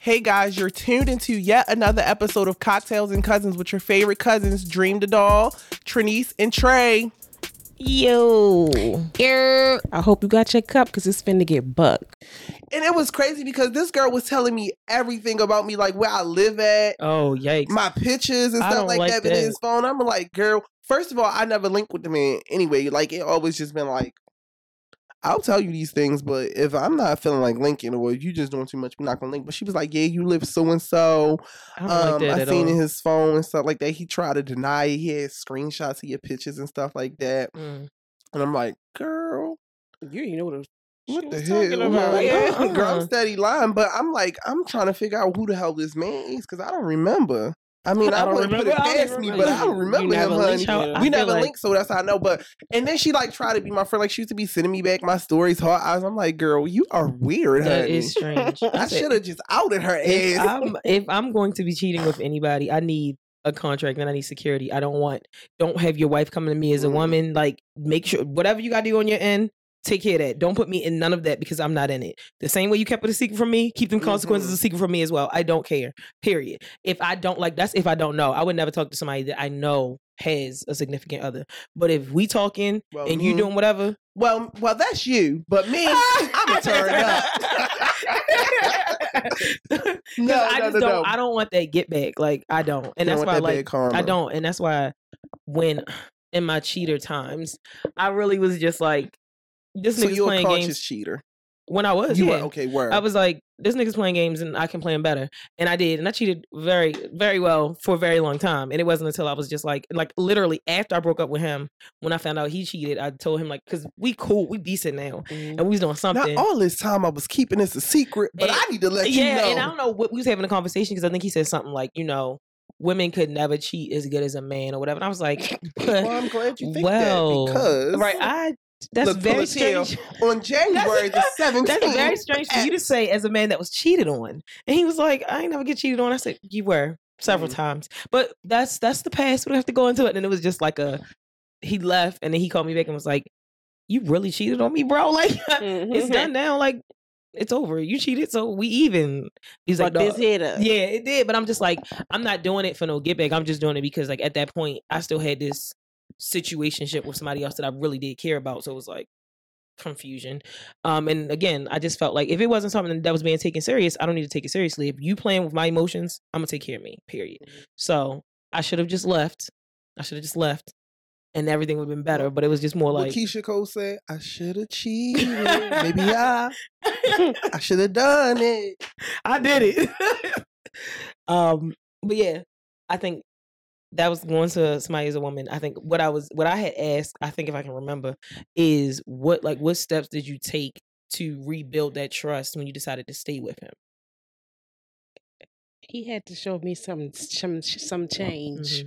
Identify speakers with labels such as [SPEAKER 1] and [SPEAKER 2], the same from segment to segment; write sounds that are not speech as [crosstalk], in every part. [SPEAKER 1] Hey guys, you're tuned into yet another episode of Cocktails and Cousins with your favorite cousins, Dream the Doll, Trinice, and Trey.
[SPEAKER 2] Yo.
[SPEAKER 3] Err.
[SPEAKER 2] I hope you got your cup because it's finna get bucked.
[SPEAKER 1] And it was crazy because this girl was telling me everything about me, like where I live at,
[SPEAKER 3] Oh, yikes.
[SPEAKER 1] my pictures and
[SPEAKER 3] I
[SPEAKER 1] stuff
[SPEAKER 3] don't
[SPEAKER 1] like,
[SPEAKER 3] like
[SPEAKER 1] that, in
[SPEAKER 3] that.
[SPEAKER 1] his phone. I'm like, girl, first of all, I never link with the man anyway. Like it always just been like, I'll tell you these things, but if I'm not feeling like linking or you just doing too much, we're not gonna link. But she was like, Yeah, you live so and so.
[SPEAKER 3] I don't
[SPEAKER 1] um,
[SPEAKER 3] like that
[SPEAKER 1] I
[SPEAKER 3] at
[SPEAKER 1] seen
[SPEAKER 3] all.
[SPEAKER 1] in his phone and stuff like that. He tried to deny it. He had screenshots of your pictures and stuff like that.
[SPEAKER 3] Mm.
[SPEAKER 1] And I'm like, girl,
[SPEAKER 2] You didn't know what it
[SPEAKER 1] what the
[SPEAKER 3] was talking
[SPEAKER 1] hell? [laughs]
[SPEAKER 3] about,
[SPEAKER 2] [laughs]
[SPEAKER 1] Like,
[SPEAKER 3] yeah.
[SPEAKER 1] uh-uh, Girl, I'm
[SPEAKER 3] Uh-uh.
[SPEAKER 1] steady lying, but I'm like, I'm trying to figure out who the hell this man is because I don't remember. I mean, I,
[SPEAKER 3] I don't
[SPEAKER 1] wouldn't put
[SPEAKER 3] remember.
[SPEAKER 1] it
[SPEAKER 3] I don't
[SPEAKER 1] past me, but I don't
[SPEAKER 3] remember.
[SPEAKER 1] remember
[SPEAKER 3] You
[SPEAKER 1] him,
[SPEAKER 2] never
[SPEAKER 1] honey.
[SPEAKER 2] linked
[SPEAKER 3] How-
[SPEAKER 2] Yeah.
[SPEAKER 3] I
[SPEAKER 1] We
[SPEAKER 3] feel
[SPEAKER 1] never
[SPEAKER 3] like-
[SPEAKER 1] linked, so that's how I know. But and then she like tried to be my friend, like she used to be sending me back my stories, her eyes. I'm like, girl, you are weird,
[SPEAKER 3] That
[SPEAKER 1] honey.
[SPEAKER 3] is strange.
[SPEAKER 1] I
[SPEAKER 3] said,
[SPEAKER 1] should have just outed her
[SPEAKER 3] If
[SPEAKER 1] ass. [laughs]
[SPEAKER 3] I'm, if I'm going to be cheating with anybody, I need a contract and I need security. I don't want, don't have your wife coming to me as a
[SPEAKER 1] Mm.
[SPEAKER 3] woman. Like, make sure, whatever you got to do on your end, take care of that. Don't put me in none of that because I'm not in it. The same way you kept it a secret from me, keep them consequences
[SPEAKER 1] Mm-hmm.
[SPEAKER 3] a secret from me as well. I don't care, period. If I don't like, that's if I don't know. I would never talk to somebody that I know has a significant other. But if we talking
[SPEAKER 1] Well,
[SPEAKER 3] and you
[SPEAKER 1] mhm. [laughs]
[SPEAKER 3] doing whatever, [laughs]
[SPEAKER 1] Well, well, that's you, but me, I'm a turn up. [laughs] No,
[SPEAKER 3] 'Cause I
[SPEAKER 1] no,
[SPEAKER 3] just
[SPEAKER 1] no,
[SPEAKER 3] don't.
[SPEAKER 1] no.
[SPEAKER 3] I don't want that get back. Like I don't, and
[SPEAKER 1] You
[SPEAKER 3] that's
[SPEAKER 1] don't want
[SPEAKER 3] why
[SPEAKER 1] that
[SPEAKER 3] like
[SPEAKER 1] bad karma.
[SPEAKER 3] I don't, and that's why when [sighs] in my cheater times, I really was just like, this
[SPEAKER 1] So
[SPEAKER 3] nigga's
[SPEAKER 1] you're a
[SPEAKER 3] playing
[SPEAKER 1] conscious
[SPEAKER 3] games.
[SPEAKER 1] cheater.
[SPEAKER 3] When I was,
[SPEAKER 1] You
[SPEAKER 3] yeah,
[SPEAKER 1] were okay. Word.
[SPEAKER 3] I was like, this nigga's playing games, and I can play him better, and I did, and I cheated very, very well for a very long time, and it wasn't until I was just like, like literally after I broke up with him, when I found out he cheated, I told him like, because we cool, we decent now, and we was doing
[SPEAKER 1] Now, Mm.
[SPEAKER 3] something.
[SPEAKER 1] all this time I was keeping this a secret, but
[SPEAKER 3] And-
[SPEAKER 1] I need to let
[SPEAKER 3] yeah,
[SPEAKER 1] you
[SPEAKER 3] and
[SPEAKER 1] know.
[SPEAKER 3] I don't know what we was having a conversation because I think he said something like, you know, women could never cheat as good as a man or whatever. And I was like, [laughs]
[SPEAKER 1] well, I'm glad you think
[SPEAKER 3] well,
[SPEAKER 1] that because
[SPEAKER 3] right, I that's
[SPEAKER 1] Look, pull
[SPEAKER 3] very
[SPEAKER 1] a tail.
[SPEAKER 3] strange. [laughs]
[SPEAKER 1] on January the 17th,
[SPEAKER 3] That's very strange for you to say as a man that was cheated on. And he was like, I ain't never get cheated on. I said, you were several
[SPEAKER 1] Mhm.
[SPEAKER 3] times, but that's that's the past. We don't have to go into it. And it was just like a he left, and then he called me back and was like, you really cheated on me, bro. [laughs] Like
[SPEAKER 1] Mm-hmm.
[SPEAKER 3] it's done now. Like it's over. You cheated, so we even. He's
[SPEAKER 2] Fuck
[SPEAKER 3] like,
[SPEAKER 2] this
[SPEAKER 3] "Dawg."
[SPEAKER 2] head up.
[SPEAKER 3] yeah, it did. But I'm just like, I'm not doing it for no get back. I'm just doing it because like at that point, I still had this situationship with somebody else that I really did care about. So it was like confusion. Um, and again, I just felt like if it wasn't something that was being taken serious, I don't need to take it seriously. If you playing with my emotions, I'm gonna take care of me. Period. So I should have just left. I should have just left, and everything would have been better. But it was just more
[SPEAKER 1] What
[SPEAKER 3] like.
[SPEAKER 1] Keisha Cole said, I should have cheated.
[SPEAKER 3] [laughs]
[SPEAKER 1] Maybe I, I should have done it.
[SPEAKER 3] I did it. [laughs] um, but yeah, I think that was going to somebody as a woman. I think what I was, what I had asked, I think if I can remember, is what like what steps did you take to rebuild that trust when you decided to stay with him?
[SPEAKER 2] He had to show me some some some change.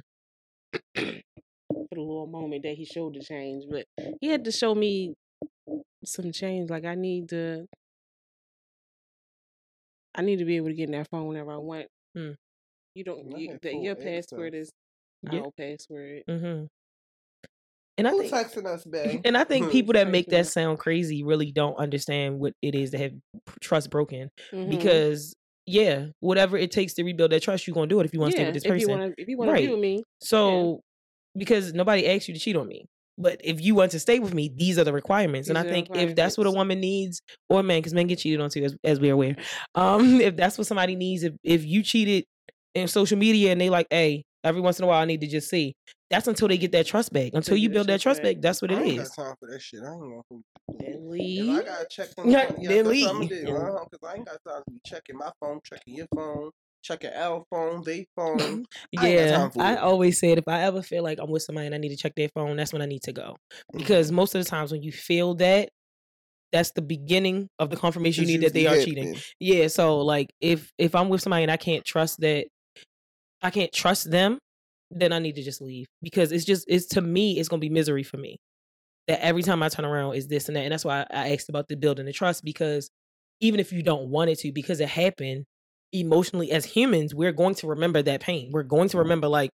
[SPEAKER 3] Mm-hmm.
[SPEAKER 2] For the little moment that he showed the change, but he had to show me some change. Like I need to I need to be able to get in that phone whenever I want.
[SPEAKER 3] Hmm.
[SPEAKER 2] You don't
[SPEAKER 1] I
[SPEAKER 2] you,
[SPEAKER 1] had
[SPEAKER 2] the,
[SPEAKER 1] full
[SPEAKER 2] your
[SPEAKER 1] access.
[SPEAKER 2] password is
[SPEAKER 3] Yeah.
[SPEAKER 2] our password.
[SPEAKER 3] Mm-hmm. And I
[SPEAKER 1] Who
[SPEAKER 3] think,
[SPEAKER 1] texting us, babe?
[SPEAKER 3] and I think
[SPEAKER 2] Mm-hmm.
[SPEAKER 1] Hmm.
[SPEAKER 3] people that make that
[SPEAKER 2] Crazy.
[SPEAKER 3] sound crazy really don't understand what it is to have trust broken.
[SPEAKER 2] Mhm.
[SPEAKER 3] Because yeah, whatever it takes to rebuild that trust, you're gonna do it if you want to
[SPEAKER 2] yeah,
[SPEAKER 3] stay with this
[SPEAKER 2] if
[SPEAKER 3] person.
[SPEAKER 2] you want to if you want to
[SPEAKER 3] Right.
[SPEAKER 2] be with me,
[SPEAKER 3] So because nobody asked you to cheat on me. But if you want to stay with me, these are the requirements. and
[SPEAKER 2] These
[SPEAKER 3] I
[SPEAKER 2] are the
[SPEAKER 3] think if that's what a
[SPEAKER 2] requirements.
[SPEAKER 3] woman needs, or a man, because men get cheated on too, as, as we're aware. [laughs] Um, if that's what somebody needs, if, if you cheated in social media and they like, hey, every once in a while I need to just see, that's until they get that trust back. Until
[SPEAKER 2] get
[SPEAKER 3] you
[SPEAKER 2] that
[SPEAKER 3] build that trust
[SPEAKER 2] trust back.
[SPEAKER 3] back, that's what
[SPEAKER 1] I
[SPEAKER 3] it
[SPEAKER 1] ain't got
[SPEAKER 3] is.
[SPEAKER 1] time for that shit. I ain't gonna
[SPEAKER 2] then
[SPEAKER 1] If I
[SPEAKER 2] leave.
[SPEAKER 1] gotta check on
[SPEAKER 3] Yeah,
[SPEAKER 1] yeah, yeah,
[SPEAKER 3] then
[SPEAKER 1] that's what I'm gonna
[SPEAKER 3] leave.
[SPEAKER 1] do. Uh-huh, Cause I ain't got time to be checking my phone, checking your phone, checking our phone, they phone. I ain't got
[SPEAKER 3] Yeah.
[SPEAKER 1] time for
[SPEAKER 3] I,
[SPEAKER 1] it.
[SPEAKER 3] always said if I ever feel like I'm with somebody and I need to check their phone, that's when I need to go. Because most of the times when you feel that, that's the beginning of the confirmation you need that they are cheating. Yeah, so like if if I'm with somebody and I can't trust that I can't trust them, then I need to just leave because it's just it's to me it's going to be misery for me. That every time I turn around is this and that and that's why I asked about the building the trust because even if you don't want it to because it happened emotionally as humans, we're going to remember that pain. We're going to remember like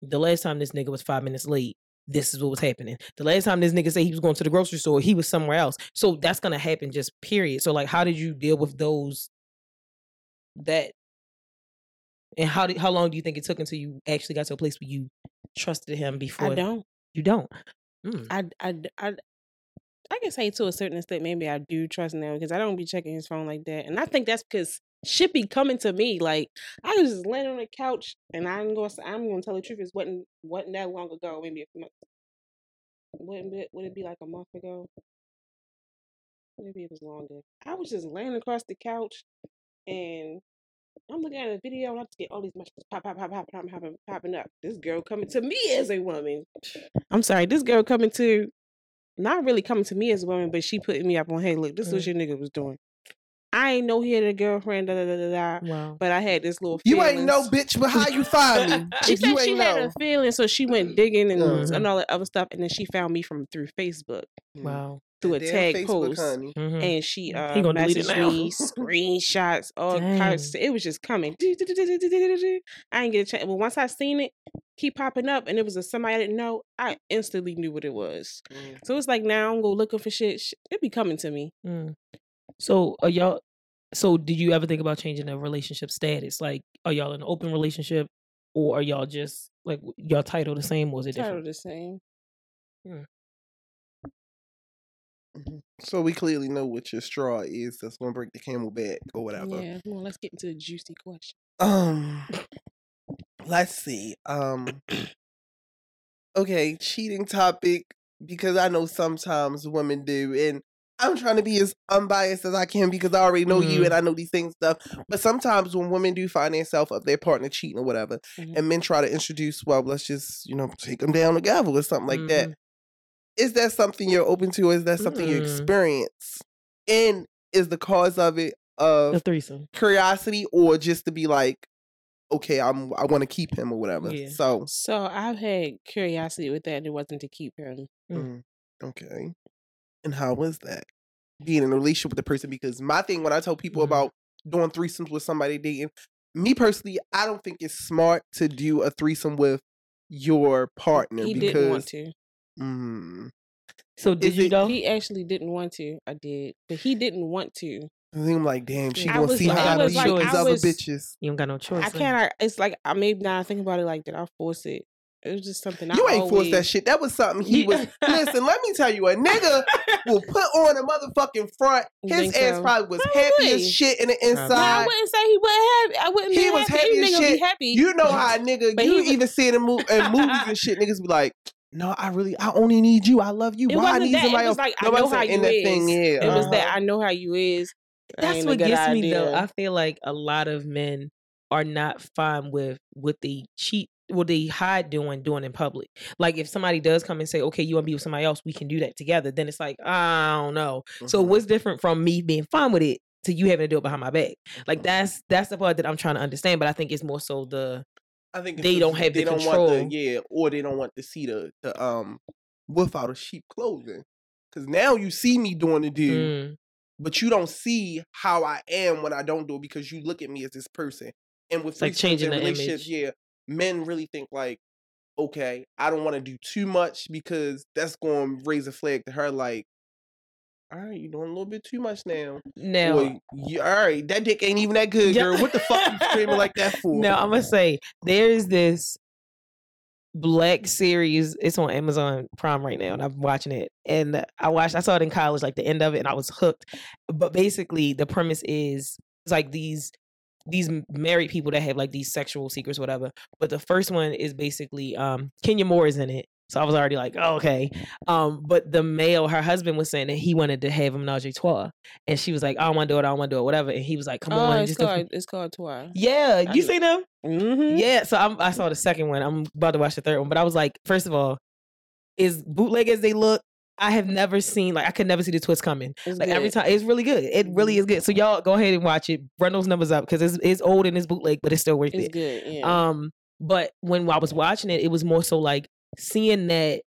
[SPEAKER 3] the last time this nigga was 5 minutes late. This is what was happening. The last time this nigga said he was going to the grocery store, he was somewhere else. So that's gonna happen, just period. So like, how did you deal with those that and how did how long do you think it took until you actually got to a place where you trusted him before
[SPEAKER 2] I don't.
[SPEAKER 3] you don't Mm.
[SPEAKER 2] I, I, I, I can say to a certain extent, maybe I do trust now because I don't be checking his phone like that. And I think that's because shit be coming to me. Like I was just laying on the couch, and I'm gonna, s- I'm gonna tell the truth. It wasn't wasn't that long ago. Maybe a few months. Wouldn't it, would it be like a month ago? Maybe it was longer. I was just laying across the couch, and I'm looking at a video, and I just get all these messages pop, pop, pop, pop, pop, pop, popping up. This girl coming to me as a woman. I'm sorry, this girl coming to not really coming to me as a woman, but she putting me up on, hey, look, this is what your nigga was doing. I ain't know he had a girlfriend, da da da da da.
[SPEAKER 3] wow
[SPEAKER 2] But I had this little.
[SPEAKER 1] You ain't no
[SPEAKER 2] feelings.
[SPEAKER 1] bitch, but how you find
[SPEAKER 3] [laughs]
[SPEAKER 1] [laughs] me?
[SPEAKER 2] She
[SPEAKER 1] if
[SPEAKER 2] said
[SPEAKER 1] you
[SPEAKER 2] she
[SPEAKER 1] ain't
[SPEAKER 2] had
[SPEAKER 1] know.
[SPEAKER 2] a feeling, so she
[SPEAKER 3] Mm.
[SPEAKER 2] went digging and,
[SPEAKER 1] Mhm.
[SPEAKER 2] and all that other stuff, and then she found me from through Facebook
[SPEAKER 3] wow
[SPEAKER 2] through a
[SPEAKER 1] Damn
[SPEAKER 2] tag
[SPEAKER 1] Facebook,
[SPEAKER 2] post,
[SPEAKER 1] honey.
[SPEAKER 3] Mhm.
[SPEAKER 2] Mm. and she
[SPEAKER 3] He
[SPEAKER 2] uh
[SPEAKER 3] gonna delete it
[SPEAKER 2] messaged
[SPEAKER 3] now.
[SPEAKER 2] me screenshots, all
[SPEAKER 3] Dang.
[SPEAKER 2] kinds. It was just coming. [laughs] I ain't get a chance. But once I seen it keep popping up, and it was a somebody I didn't know, I instantly knew what it was.
[SPEAKER 1] Mm.
[SPEAKER 2] So it's like now I'm go looking for shit. sh- It be coming to me.
[SPEAKER 3] Mm. So are y'all? So did you ever think about changing the relationship status? Like, are y'all in an open relationship, or are y'all just like w- y'all title the same? Or was it
[SPEAKER 2] Title
[SPEAKER 3] different?
[SPEAKER 2] the same.
[SPEAKER 1] So we clearly know what your straw is that's gonna break the camel back or whatever.
[SPEAKER 2] Yeah. Come on, let's get into the juicy question.
[SPEAKER 1] Um, let's see. Um, okay, cheating topic because I know sometimes women do, and I'm trying to be as unbiased as I can because I already know you
[SPEAKER 3] Mhm.
[SPEAKER 1] and I know these things stuff. But sometimes when women do find themselves of their partner cheating or whatever,
[SPEAKER 2] Mhm.
[SPEAKER 1] and men try to introduce, well, let's just you know take them down the gavel or something like that.
[SPEAKER 3] Mhm.
[SPEAKER 1] Is that something you're open to? Is that something you
[SPEAKER 3] Mm.
[SPEAKER 1] experience? And is the cause of it of
[SPEAKER 3] The threesome.
[SPEAKER 1] curiosity or just to be like, okay, I'm I want to keep him or whatever.
[SPEAKER 3] Yeah.
[SPEAKER 1] So
[SPEAKER 2] So I've had curiosity with that, and it wasn't to keep him.
[SPEAKER 1] mm, okay, and how was that being in a relationship with the person? Because my thing when I tell people
[SPEAKER 3] Mhm.
[SPEAKER 2] Mm-hmm.
[SPEAKER 1] about doing threesomes with somebody dating, me personally, I don't think it's smart to do a threesome with your partner
[SPEAKER 2] He
[SPEAKER 1] because
[SPEAKER 2] didn't want to.
[SPEAKER 1] Mm,
[SPEAKER 3] So did
[SPEAKER 1] Is
[SPEAKER 3] you
[SPEAKER 1] it-
[SPEAKER 3] though?
[SPEAKER 2] He actually didn't want to. I did, but he didn't want to.
[SPEAKER 1] I think I'm like, damn, she
[SPEAKER 2] I
[SPEAKER 1] gonna
[SPEAKER 2] was
[SPEAKER 1] see
[SPEAKER 3] like-
[SPEAKER 1] how
[SPEAKER 3] it
[SPEAKER 1] I
[SPEAKER 3] was
[SPEAKER 1] be
[SPEAKER 3] like,
[SPEAKER 1] with
[SPEAKER 3] I
[SPEAKER 1] these other
[SPEAKER 2] was-
[SPEAKER 1] bitches.
[SPEAKER 3] you don't got no choice.
[SPEAKER 2] I
[SPEAKER 3] huh?
[SPEAKER 2] can't. I, it's like I maybe now I think about it like that. I force it. It was just something.
[SPEAKER 1] you
[SPEAKER 2] I
[SPEAKER 1] ain't forced that
[SPEAKER 2] always-
[SPEAKER 1] shit. That was something he
[SPEAKER 3] Ye-
[SPEAKER 2] [laughs]
[SPEAKER 1] was. Listen, let me tell you, a nigga will put on a motherfucking front.
[SPEAKER 2] You
[SPEAKER 1] His
[SPEAKER 2] think
[SPEAKER 1] ass
[SPEAKER 2] so?
[SPEAKER 1] probably was
[SPEAKER 2] Probably.
[SPEAKER 1] happy as shit in the
[SPEAKER 2] No, I
[SPEAKER 1] inside.
[SPEAKER 2] wouldn't say he wasn't happy. I wouldn't.
[SPEAKER 1] He
[SPEAKER 2] be
[SPEAKER 1] was
[SPEAKER 2] happy.
[SPEAKER 1] happy as
[SPEAKER 2] Any nigga would
[SPEAKER 1] shit.
[SPEAKER 2] be happy.
[SPEAKER 1] You know how a nigga,
[SPEAKER 2] But
[SPEAKER 1] you
[SPEAKER 2] he was-
[SPEAKER 1] even see it in, mov-
[SPEAKER 2] [laughs]
[SPEAKER 1] in movies and shit, niggas be like, no, I really, I only need you. I love you.
[SPEAKER 2] It
[SPEAKER 1] Why I
[SPEAKER 2] wasn't
[SPEAKER 1] need
[SPEAKER 2] that. It
[SPEAKER 1] somebody
[SPEAKER 2] was
[SPEAKER 1] else?
[SPEAKER 2] like, I
[SPEAKER 1] No, but I'm
[SPEAKER 2] know how
[SPEAKER 1] saying in
[SPEAKER 2] you
[SPEAKER 1] that
[SPEAKER 2] is.
[SPEAKER 1] thing, yeah.
[SPEAKER 2] [laughs] It was
[SPEAKER 1] uh-huh.
[SPEAKER 2] that I know how you is. I
[SPEAKER 3] That's
[SPEAKER 2] ain't a
[SPEAKER 3] what
[SPEAKER 2] good
[SPEAKER 3] gets me though.
[SPEAKER 2] idea.
[SPEAKER 3] I feel like a lot of men are not fine with what they cheat, what they hide doing, doing in public. Like if somebody does come and say, "Okay, you want to be with somebody else? We can do that together." Then it's like, I don't know. So
[SPEAKER 1] Mhm.
[SPEAKER 3] what's different from me being fine with it to you having to do it behind my back? Like that's that's the part that I'm trying to understand. But I think it's more so the
[SPEAKER 1] I think it's
[SPEAKER 3] they
[SPEAKER 1] just
[SPEAKER 3] don't have
[SPEAKER 1] they
[SPEAKER 3] the
[SPEAKER 1] don't
[SPEAKER 3] control.
[SPEAKER 1] want the yeah, or they don't want to see the the um wolf out of sheep clothing. Cause now you see me doing the dude.
[SPEAKER 3] Mm,
[SPEAKER 1] but you don't see how I am when I don't do it because you look at me as this person. And with
[SPEAKER 3] It's like
[SPEAKER 1] threesomes
[SPEAKER 3] changing
[SPEAKER 1] and
[SPEAKER 3] the image.
[SPEAKER 1] relationships, yeah, men really think like, okay, I don't want to do too much because that's going to raise a flag to her. Like, all right, you're doing a little bit too much now.
[SPEAKER 3] Now,
[SPEAKER 1] Boy, you, all right, that dick ain't even that good,
[SPEAKER 3] Yeah.
[SPEAKER 1] girl. What the fuck you screaming like
[SPEAKER 3] [laughs]
[SPEAKER 1] that for?
[SPEAKER 3] No, I'm gonna say there is this black series. It's on Amazon Prime right now, and I'm watching it. And I watched, I saw it in college, like the end of it, and I was hooked. But basically, the premise is it's like these these m- married people that have like these sexual secrets, whatever. But the first one is basically um Kenya Moore is in it. So I was already like, oh, okay. Um, but the male, her husband was saying that he wanted to have a menage a trois. And she was like, I don't want to do it, I don't want to do it, whatever. And he was like, come
[SPEAKER 2] oh,
[SPEAKER 3] on,
[SPEAKER 2] it's
[SPEAKER 3] just go.
[SPEAKER 2] called it's called Twi.
[SPEAKER 3] Yeah,
[SPEAKER 2] I
[SPEAKER 3] you
[SPEAKER 2] knew-
[SPEAKER 3] seen them?
[SPEAKER 2] Mm-hmm.
[SPEAKER 3] Yeah, so I'm, I saw the second one. I'm about to watch the third one, but I was like, first of all, is bootleg as they look? I have never seen like I could never see the twist coming.
[SPEAKER 2] It's
[SPEAKER 3] Like every
[SPEAKER 2] good.
[SPEAKER 3] time, it's really good. It really
[SPEAKER 2] Mhm.
[SPEAKER 3] is good. So y'all go ahead and watch it. Run those numbers up because it's it's old and it's bootleg, but it's still worth
[SPEAKER 2] It's
[SPEAKER 3] it.
[SPEAKER 2] good. Yeah.
[SPEAKER 3] Um, but when I was watching it, it was more so like seeing that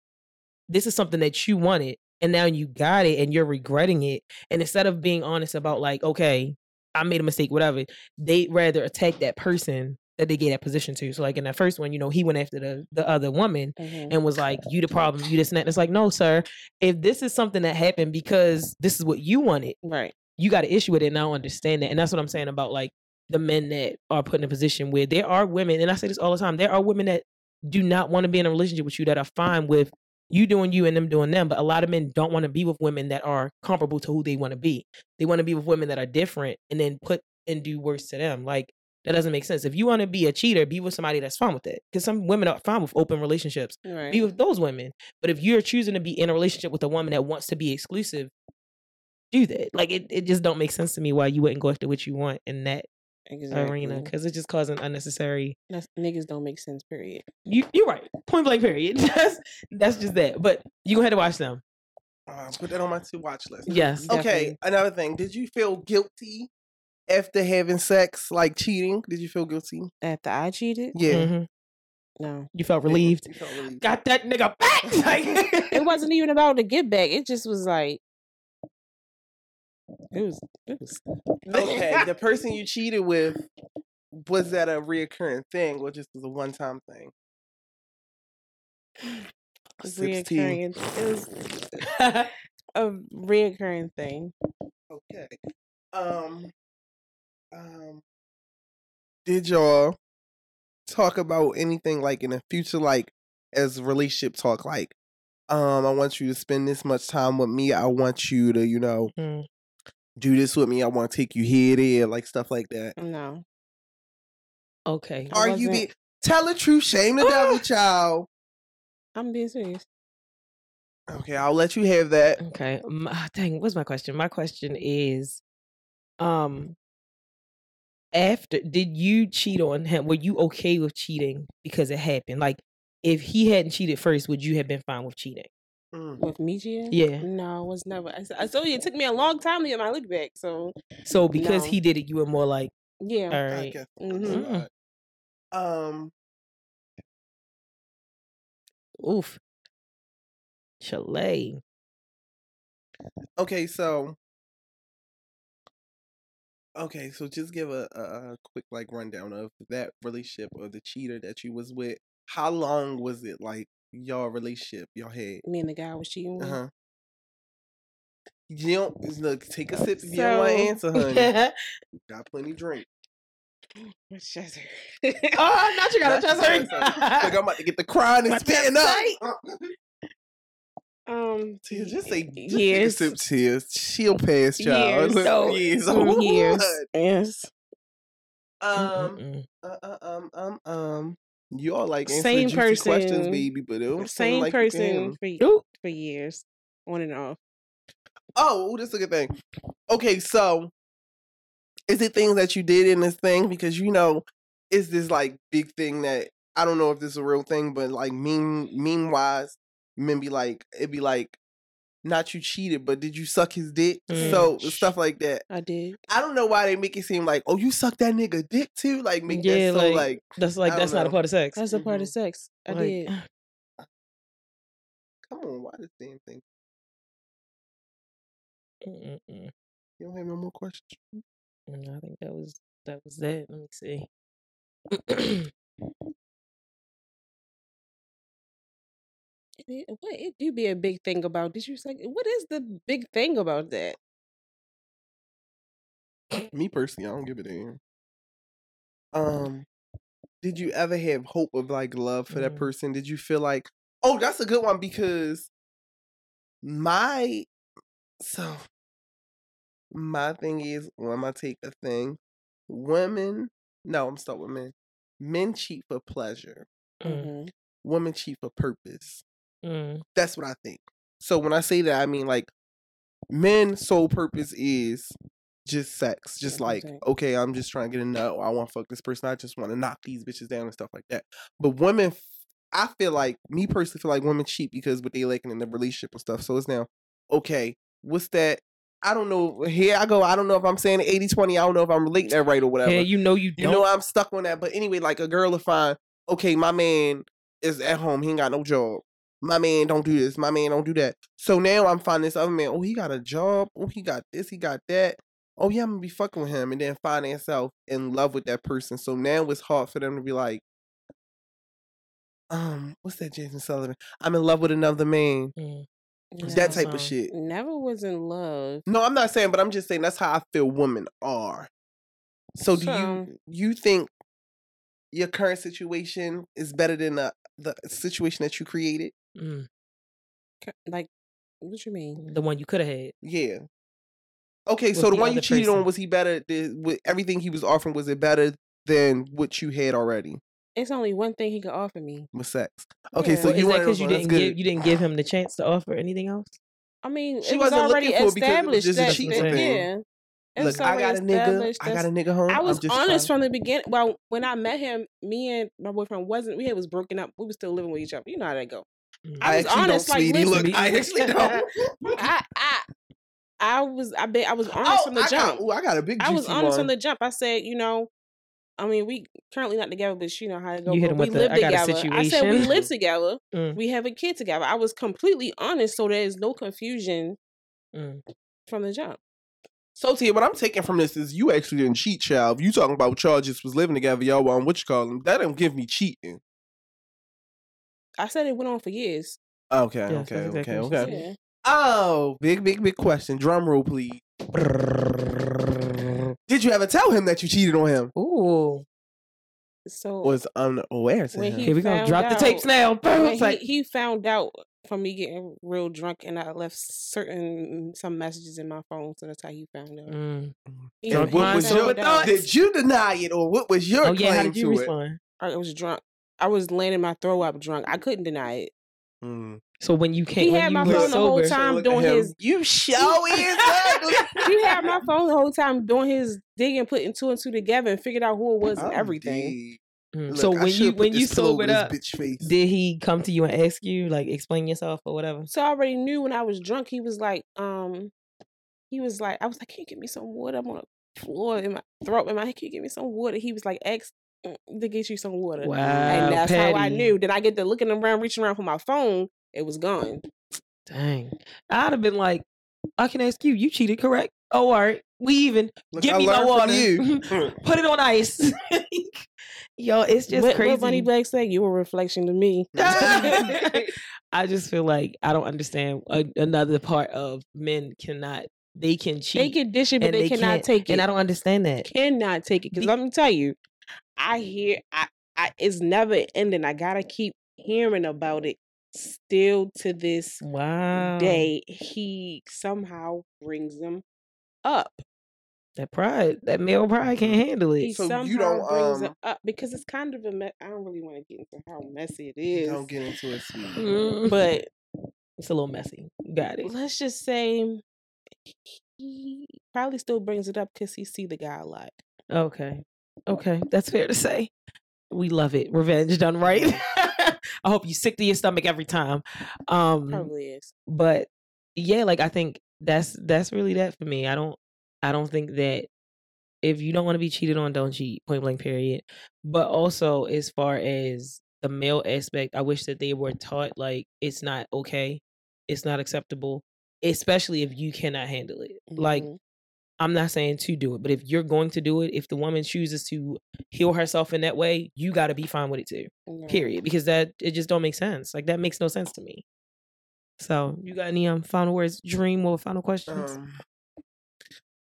[SPEAKER 3] this is something that you wanted and now you got it and you're regretting it. And instead of being honest about like, okay, I made a mistake, whatever, they rather attack that person that they gave that position to. So like in that first one, you know, he went after the the other woman
[SPEAKER 2] Mhm.
[SPEAKER 3] and was like, "You the problem, you this and that." And it's like, no, sir. If this is something that happened because this is what you wanted,
[SPEAKER 2] Right.
[SPEAKER 3] you got an issue with it and I don't understand that. And that's what I'm saying about like the men that are put in a position where there are women, and I say this all the time, there are women that do not want to be in a relationship with you that are fine with you doing you and them doing them. But a lot of men don't want to be with women that are comparable to who they want to be. They want to be with women that are different and then put and do worse to them. Like that doesn't make sense. If you want to be a cheater, be with somebody that's fine with it. Because some women are fine with open relationships.
[SPEAKER 2] Right.
[SPEAKER 3] Be with those women. But if you're choosing to be in a relationship with a woman that wants to be exclusive, do that. Like it, it just don't make sense to me why you wouldn't go after what you want in that arena. Because it's just causing unnecessary
[SPEAKER 2] That's, niggas don't make sense. Period.
[SPEAKER 3] you you're right. Point blank period. [laughs] That's that's just that. But you gonna have to watch them.
[SPEAKER 1] Uh, put that on my to watch list.
[SPEAKER 3] Yes.
[SPEAKER 1] Okay, another thing. Did you feel guilty after having sex, like cheating? Did you feel guilty?
[SPEAKER 2] After I cheated,
[SPEAKER 1] Yeah.
[SPEAKER 3] hmm
[SPEAKER 2] no,
[SPEAKER 3] You felt relieved.
[SPEAKER 1] You felt relieved.
[SPEAKER 3] Got that nigga back. [laughs] Like-
[SPEAKER 2] it wasn't even about the get back. It just was like, it was, it was [laughs]
[SPEAKER 1] okay, the person you cheated with was that a reoccurring thing or just was a one time thing? Sips tea.
[SPEAKER 2] reoccurring. It was a reoccurring thing.
[SPEAKER 1] Okay. Um. Um. Did y'all talk about anything like in the future, like as relationship talk, like? Um, I want you to spend this much time with me. I want you to, you know,
[SPEAKER 3] Mm.
[SPEAKER 1] do this with me. I want to take you here, there, like stuff like that.
[SPEAKER 2] No,
[SPEAKER 3] okay.
[SPEAKER 2] I
[SPEAKER 1] Are you
[SPEAKER 2] wasn't-
[SPEAKER 1] be tell the truth, shame the [gasps] devil, child?
[SPEAKER 2] I'm being serious.
[SPEAKER 1] Okay, I'll let you have that.
[SPEAKER 3] Okay. M- ah, dang, what's my question? My question is, um, after did you cheat on him? Were you okay with cheating because it happened? Like, if he hadn't cheated first, would you have been fine with cheating?
[SPEAKER 1] Mm.
[SPEAKER 2] With me, Gia?
[SPEAKER 3] Yeah.
[SPEAKER 2] No, it was never. I, s- I told you it took me a long time to get my look back. So
[SPEAKER 3] So because
[SPEAKER 2] No.
[SPEAKER 3] he did it, you were more like,
[SPEAKER 2] yeah,
[SPEAKER 3] all
[SPEAKER 1] I
[SPEAKER 3] right.
[SPEAKER 1] guess.
[SPEAKER 2] Mhm.
[SPEAKER 1] Alright. Um.
[SPEAKER 3] Oof. [laughs] Chalet.
[SPEAKER 1] Okay, so. Okay, so just give a, a, a quick like rundown of that relationship or the cheater that you was with. How long was it like y'all relationship y'all had?
[SPEAKER 2] me and the guy was cheating.
[SPEAKER 1] Uh
[SPEAKER 2] With.
[SPEAKER 1] huh. You don't look. Take a sip if you don't want to
[SPEAKER 2] So-
[SPEAKER 1] answer,
[SPEAKER 3] [laughs]
[SPEAKER 1] honey.
[SPEAKER 3] oh,
[SPEAKER 1] Got plenty drink. Uh-huh.
[SPEAKER 2] Chester.
[SPEAKER 3] Oh, not you gotta
[SPEAKER 1] Not you
[SPEAKER 3] trust
[SPEAKER 1] gotta Like
[SPEAKER 3] her. [laughs]
[SPEAKER 1] I'm about to get the crying and
[SPEAKER 3] About to
[SPEAKER 1] spitting up. Uh,
[SPEAKER 3] say.
[SPEAKER 2] [laughs] um,
[SPEAKER 1] Tears, just say just take a
[SPEAKER 2] years.
[SPEAKER 1] sip tears. She'll pass, child.
[SPEAKER 2] Years.
[SPEAKER 1] [laughs]
[SPEAKER 2] So,
[SPEAKER 1] years.
[SPEAKER 2] Mm, years.
[SPEAKER 1] What?
[SPEAKER 2] Yes.
[SPEAKER 1] Um,
[SPEAKER 3] Mm-mm-mm.
[SPEAKER 1] uh, uh, um, um, um. You all like answering
[SPEAKER 2] Same
[SPEAKER 1] juicy questions,
[SPEAKER 2] person.
[SPEAKER 1] baby, but it don't sound
[SPEAKER 2] Same
[SPEAKER 1] like you can handle
[SPEAKER 2] person
[SPEAKER 1] 'em.
[SPEAKER 2] for y-
[SPEAKER 3] Ooh,
[SPEAKER 2] for years, on and off.
[SPEAKER 1] Oh, ooh, that's a good thing. Okay, so is it things that you did in this thing because you know is this like big thing that I don't know if this is a real thing, but like mean mean wise, men be like it'd be like not you cheated, but did you suck his dick?
[SPEAKER 3] Mm.
[SPEAKER 1] So stuff like that.
[SPEAKER 2] I did.
[SPEAKER 1] I don't know why they make it seem like, oh, you suck that nigga dick too. Like make
[SPEAKER 3] Yeah,
[SPEAKER 1] that so
[SPEAKER 3] like-
[SPEAKER 1] like,
[SPEAKER 3] That's like
[SPEAKER 1] I
[SPEAKER 3] that's
[SPEAKER 1] don't
[SPEAKER 3] not a
[SPEAKER 1] know.
[SPEAKER 3] part of sex.
[SPEAKER 2] That's a part of
[SPEAKER 1] Mhm.
[SPEAKER 2] sex. I
[SPEAKER 3] Like,
[SPEAKER 1] [laughs]
[SPEAKER 2] did.
[SPEAKER 1] come on, why the damn thing?
[SPEAKER 3] [sighs] mm-mm-mm.
[SPEAKER 1] You don't have no more questions.
[SPEAKER 3] Mm, I think that was that was that. Let me see.
[SPEAKER 2] It, what it do be a big thing about? Did you say what is the big thing about that?
[SPEAKER 1] Me personally, I don't give a damn. Um, did you ever have hope of like love for that
[SPEAKER 3] Mm.
[SPEAKER 1] person? Did you feel like, oh, that's a good one because my so my thing is, well, I'm gonna take a thing. Women, no, I'm stuck with men. Men cheat for pleasure.
[SPEAKER 3] Mm,
[SPEAKER 2] Mhm.
[SPEAKER 1] Women cheat for purpose.
[SPEAKER 3] mm,
[SPEAKER 1] That's what I think. So when I say that, I mean like men's sole purpose is just sex. Just
[SPEAKER 2] Mhm,
[SPEAKER 1] like,
[SPEAKER 2] same.
[SPEAKER 1] okay, I'm just trying to get a nut. or I want to fuck this person. I just want to knock these bitches down and stuff like that. But women, f- I feel like, me personally feel like women cheat because what they liking in the relationship and stuff. So it's now, okay, what's that? I don't know. Here I go. I don't know if I'm saying 80 20. I don't know if I'm relating that right or whatever.
[SPEAKER 3] Yeah, you know you
[SPEAKER 1] You
[SPEAKER 3] don't.
[SPEAKER 1] know, I'm stuck on that. But anyway, like a girl will find, okay, my man is at home. He ain't got no job. My man don't do this. My man don't do that. So now I'm finding this other man. Oh, he got a job. Oh, he got this. He got that. Oh, yeah, I'm gonna be fucking with him and then find himself in love with that person. So now it's hard for them to be like, um, what's that, Jason Sullivan? I'm in love with another man.
[SPEAKER 3] Mm,
[SPEAKER 1] That
[SPEAKER 3] That's
[SPEAKER 1] type
[SPEAKER 3] awesome.
[SPEAKER 1] of shit.
[SPEAKER 2] Never was in love.
[SPEAKER 1] No, I'm not saying, but I'm just saying that's how I feel women are. So do
[SPEAKER 2] So-
[SPEAKER 1] you you think your current situation is better than the the situation that you created?
[SPEAKER 3] Mm,
[SPEAKER 2] Ca- Like, what you mean?
[SPEAKER 3] the one you could have had.
[SPEAKER 1] Yeah. Okay,
[SPEAKER 3] With
[SPEAKER 1] so the
[SPEAKER 3] the
[SPEAKER 1] one you
[SPEAKER 3] other
[SPEAKER 1] cheated on
[SPEAKER 3] person.
[SPEAKER 1] was he better? Than, with everything he was offering, was it better than what you had already
[SPEAKER 2] It's only one thing he could offer me.
[SPEAKER 1] with sex? Okay,
[SPEAKER 2] Yeah.
[SPEAKER 1] so
[SPEAKER 2] Well,
[SPEAKER 1] you
[SPEAKER 3] is that
[SPEAKER 1] wanted
[SPEAKER 3] because you didn't give
[SPEAKER 1] good.
[SPEAKER 3] you didn't give him the chance to offer anything else?
[SPEAKER 2] I mean,
[SPEAKER 1] She
[SPEAKER 2] it was
[SPEAKER 1] wasn't looking
[SPEAKER 2] already
[SPEAKER 1] for it because it was
[SPEAKER 2] established
[SPEAKER 1] just
[SPEAKER 3] a
[SPEAKER 2] that,
[SPEAKER 3] cheating
[SPEAKER 2] that-
[SPEAKER 1] thing.
[SPEAKER 2] yeah. It was
[SPEAKER 1] Look, I got a
[SPEAKER 2] already
[SPEAKER 1] nigga.
[SPEAKER 2] established
[SPEAKER 1] I
[SPEAKER 2] that's-
[SPEAKER 1] got a nigga home.
[SPEAKER 2] I
[SPEAKER 1] I'm
[SPEAKER 2] was
[SPEAKER 1] just
[SPEAKER 2] honest
[SPEAKER 1] trying-
[SPEAKER 2] from the beginning. Well, when I met him, me and my boyfriend wasn't. We had was broken up. We were still living with each other. You know how that go.
[SPEAKER 3] Mm.
[SPEAKER 2] I was
[SPEAKER 1] actually
[SPEAKER 2] honest,
[SPEAKER 1] don't,
[SPEAKER 2] like,
[SPEAKER 1] sweetie.
[SPEAKER 2] listen-
[SPEAKER 1] Look, I actually
[SPEAKER 2] [laughs]
[SPEAKER 1] don't.
[SPEAKER 2] I I I was. I bet I was honest from the
[SPEAKER 1] Oh, I
[SPEAKER 2] jump.
[SPEAKER 1] Got, ooh, I got a big.
[SPEAKER 2] I was
[SPEAKER 1] juicy
[SPEAKER 2] honest
[SPEAKER 1] one.
[SPEAKER 2] from the jump. I said, you know, I mean, we currently not together, but you know how it go.
[SPEAKER 3] You hit
[SPEAKER 2] but
[SPEAKER 3] him
[SPEAKER 2] we
[SPEAKER 3] with the,
[SPEAKER 2] live
[SPEAKER 3] "I got a
[SPEAKER 2] together. I said we
[SPEAKER 3] situation."
[SPEAKER 2] live together.
[SPEAKER 3] [laughs] Mm.
[SPEAKER 2] We have a kid together. I was completely honest, so there is no confusion
[SPEAKER 3] Mm.
[SPEAKER 2] from the jump.
[SPEAKER 1] So Tia, what I'm taking from this is you actually didn't cheat, child. You talking about charges was living together, y'all were on what you call them. That don't give me cheating.
[SPEAKER 2] I said it went on for years.
[SPEAKER 1] Okay,
[SPEAKER 3] Yes, that's
[SPEAKER 1] okay,
[SPEAKER 3] exactly what she
[SPEAKER 1] okay, okay.
[SPEAKER 2] Yeah.
[SPEAKER 1] Oh, big, big, big question. Drum roll, please. Did you ever tell him that you cheated on him?
[SPEAKER 3] Ooh,
[SPEAKER 2] So
[SPEAKER 1] Was unaware to
[SPEAKER 2] When
[SPEAKER 1] him.
[SPEAKER 3] okay, we gonna
[SPEAKER 2] found
[SPEAKER 3] drop the tapes
[SPEAKER 2] out-
[SPEAKER 3] now. Boom.
[SPEAKER 2] when
[SPEAKER 3] It's like,
[SPEAKER 2] he, he found out from me getting real drunk, and I left certain some messages in my phone, so that's how he found out.
[SPEAKER 3] Mm.
[SPEAKER 2] He
[SPEAKER 1] And
[SPEAKER 3] Drunk
[SPEAKER 2] found
[SPEAKER 1] what
[SPEAKER 3] mind
[SPEAKER 1] was
[SPEAKER 2] out
[SPEAKER 1] your
[SPEAKER 3] sober thoughts?
[SPEAKER 1] did you deny it or what was your
[SPEAKER 3] Oh yeah, how
[SPEAKER 1] claim
[SPEAKER 3] did you
[SPEAKER 1] to it?
[SPEAKER 3] respond?
[SPEAKER 2] I was drunk. I was laying in my throw up drunk. I couldn't deny it.
[SPEAKER 1] Mm.
[SPEAKER 3] So when you
[SPEAKER 2] He
[SPEAKER 3] came, when
[SPEAKER 2] had
[SPEAKER 3] you
[SPEAKER 2] my
[SPEAKER 3] were
[SPEAKER 2] phone the whole
[SPEAKER 3] sober,
[SPEAKER 2] time
[SPEAKER 1] Look at
[SPEAKER 2] doing
[SPEAKER 1] him.
[SPEAKER 2] his-
[SPEAKER 1] [laughs] You show is ugly.
[SPEAKER 2] He had
[SPEAKER 3] [laughs]
[SPEAKER 2] my phone the whole time doing his digging, putting two and two together, and figured out who it was
[SPEAKER 3] Oh,
[SPEAKER 2] and
[SPEAKER 1] I'm
[SPEAKER 2] everything.
[SPEAKER 1] dead.
[SPEAKER 3] Mm.
[SPEAKER 1] Look,
[SPEAKER 3] so
[SPEAKER 1] I
[SPEAKER 3] when
[SPEAKER 1] should
[SPEAKER 3] you
[SPEAKER 1] put
[SPEAKER 3] when
[SPEAKER 1] this
[SPEAKER 3] you
[SPEAKER 1] pillow over
[SPEAKER 3] sobered
[SPEAKER 1] this
[SPEAKER 3] up,
[SPEAKER 1] bitch face.
[SPEAKER 3] did he come to you and ask you like explain yourself or whatever?
[SPEAKER 2] So I already knew when I was drunk. He was like, um, he was like, I was like, can you get me some water? I'm on the floor in my throat. In my, can you get me some water? He was like, ask mm, to get you some water.
[SPEAKER 3] Wow,
[SPEAKER 2] and that's how I
[SPEAKER 3] Patty.
[SPEAKER 2] knew. Then I get to looking around, reaching around for my phone. It was gone.
[SPEAKER 3] Dang, I'd have been like, I can ask you. You cheated, correct? Oh, all right, we even.
[SPEAKER 1] Look,
[SPEAKER 3] Give
[SPEAKER 1] I
[SPEAKER 3] me my
[SPEAKER 1] learned from you.
[SPEAKER 3] Put it on ice. [laughs] Yo, it's just
[SPEAKER 2] what,
[SPEAKER 3] crazy.
[SPEAKER 2] What Bunny Black said, you were a reflection
[SPEAKER 3] [laughs]
[SPEAKER 2] to me.
[SPEAKER 1] [laughs]
[SPEAKER 3] I just feel like I don't understand a, another part of men cannot they can cheat
[SPEAKER 2] They can dish it, but
[SPEAKER 3] and
[SPEAKER 2] they, cannot
[SPEAKER 3] can't-
[SPEAKER 2] take it.
[SPEAKER 3] and I don't understand that.
[SPEAKER 2] cannot take it because
[SPEAKER 3] Be-
[SPEAKER 2] let me tell you, I hear I, I it's never ending. I gotta keep hearing about it. Still to this
[SPEAKER 3] Wow,
[SPEAKER 2] day, he somehow brings them up.
[SPEAKER 3] that pride, that male pride can't handle
[SPEAKER 2] He
[SPEAKER 3] it.
[SPEAKER 1] So you
[SPEAKER 2] somehow
[SPEAKER 1] don't,
[SPEAKER 2] brings
[SPEAKER 1] um,
[SPEAKER 2] them up because it's kind of a mess. I don't really want to get into how messy it
[SPEAKER 1] Don't
[SPEAKER 2] is,
[SPEAKER 1] get into it, sweetie.
[SPEAKER 3] Mm.
[SPEAKER 2] but
[SPEAKER 3] [laughs] It's a little messy. Got it.
[SPEAKER 2] let's just say he probably still brings it up because he see the guy a lot.
[SPEAKER 3] Okay. Okay. That's fair to say. We love it. Revenge done right. [laughs] I hope you sick to your stomach every time. Um
[SPEAKER 2] Probably is.
[SPEAKER 3] but yeah, like I think that's that's really that for me. I don't I don't think that if you don't want to be cheated on, don't cheat. Point blank period. But also as far as the male aspect, I wish that they were taught like it's not okay. It's not acceptable. Especially if you cannot handle it. Like
[SPEAKER 2] Mhm.
[SPEAKER 3] I'm not saying to do it, but if you're going to do it, if the woman chooses to heal herself in that way, you got to be fine with it too.
[SPEAKER 2] Yeah.
[SPEAKER 3] Period. Because that it just don't make sense. Like that makes no sense to me. So you got any um final words, dream or final questions?
[SPEAKER 1] Um,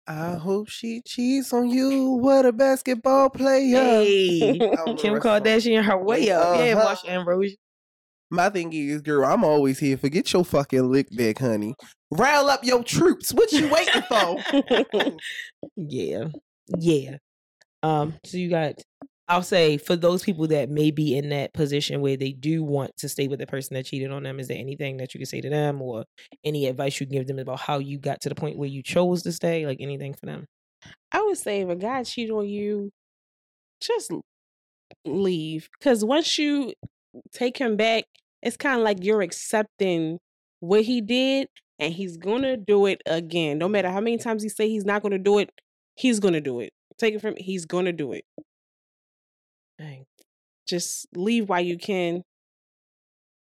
[SPEAKER 1] I hope she cheats on you. What a basketball player.
[SPEAKER 3] Hey,
[SPEAKER 1] I don't know
[SPEAKER 3] [laughs] Kim
[SPEAKER 1] the rest of them.
[SPEAKER 3] Kardashian, her way up. Yeah,
[SPEAKER 1] Uh-huh. [laughs]
[SPEAKER 3] Marsha Ambrose. [laughs]
[SPEAKER 1] My thing is, girl, I'm always here. Forget your fucking lick back, honey. Rile up your troops. What you waiting
[SPEAKER 3] [laughs]
[SPEAKER 1] for?
[SPEAKER 3] Yeah, yeah. Um, so you got. I'll say for those people that may be in that position where they do want to stay with the person that cheated on them, is there anything that you could say to them or any advice you can give them about how you got to the point where you chose to stay? Like anything for them?
[SPEAKER 2] I would say if a guy cheat on you, just l- leave. Because once you take him back, it's kind of like you're accepting what he did, and he's gonna do it again. No matter how many times he say he's not gonna do it, he's gonna do it. Take it from he's gonna do it.
[SPEAKER 3] Dang.
[SPEAKER 2] Just leave while you can.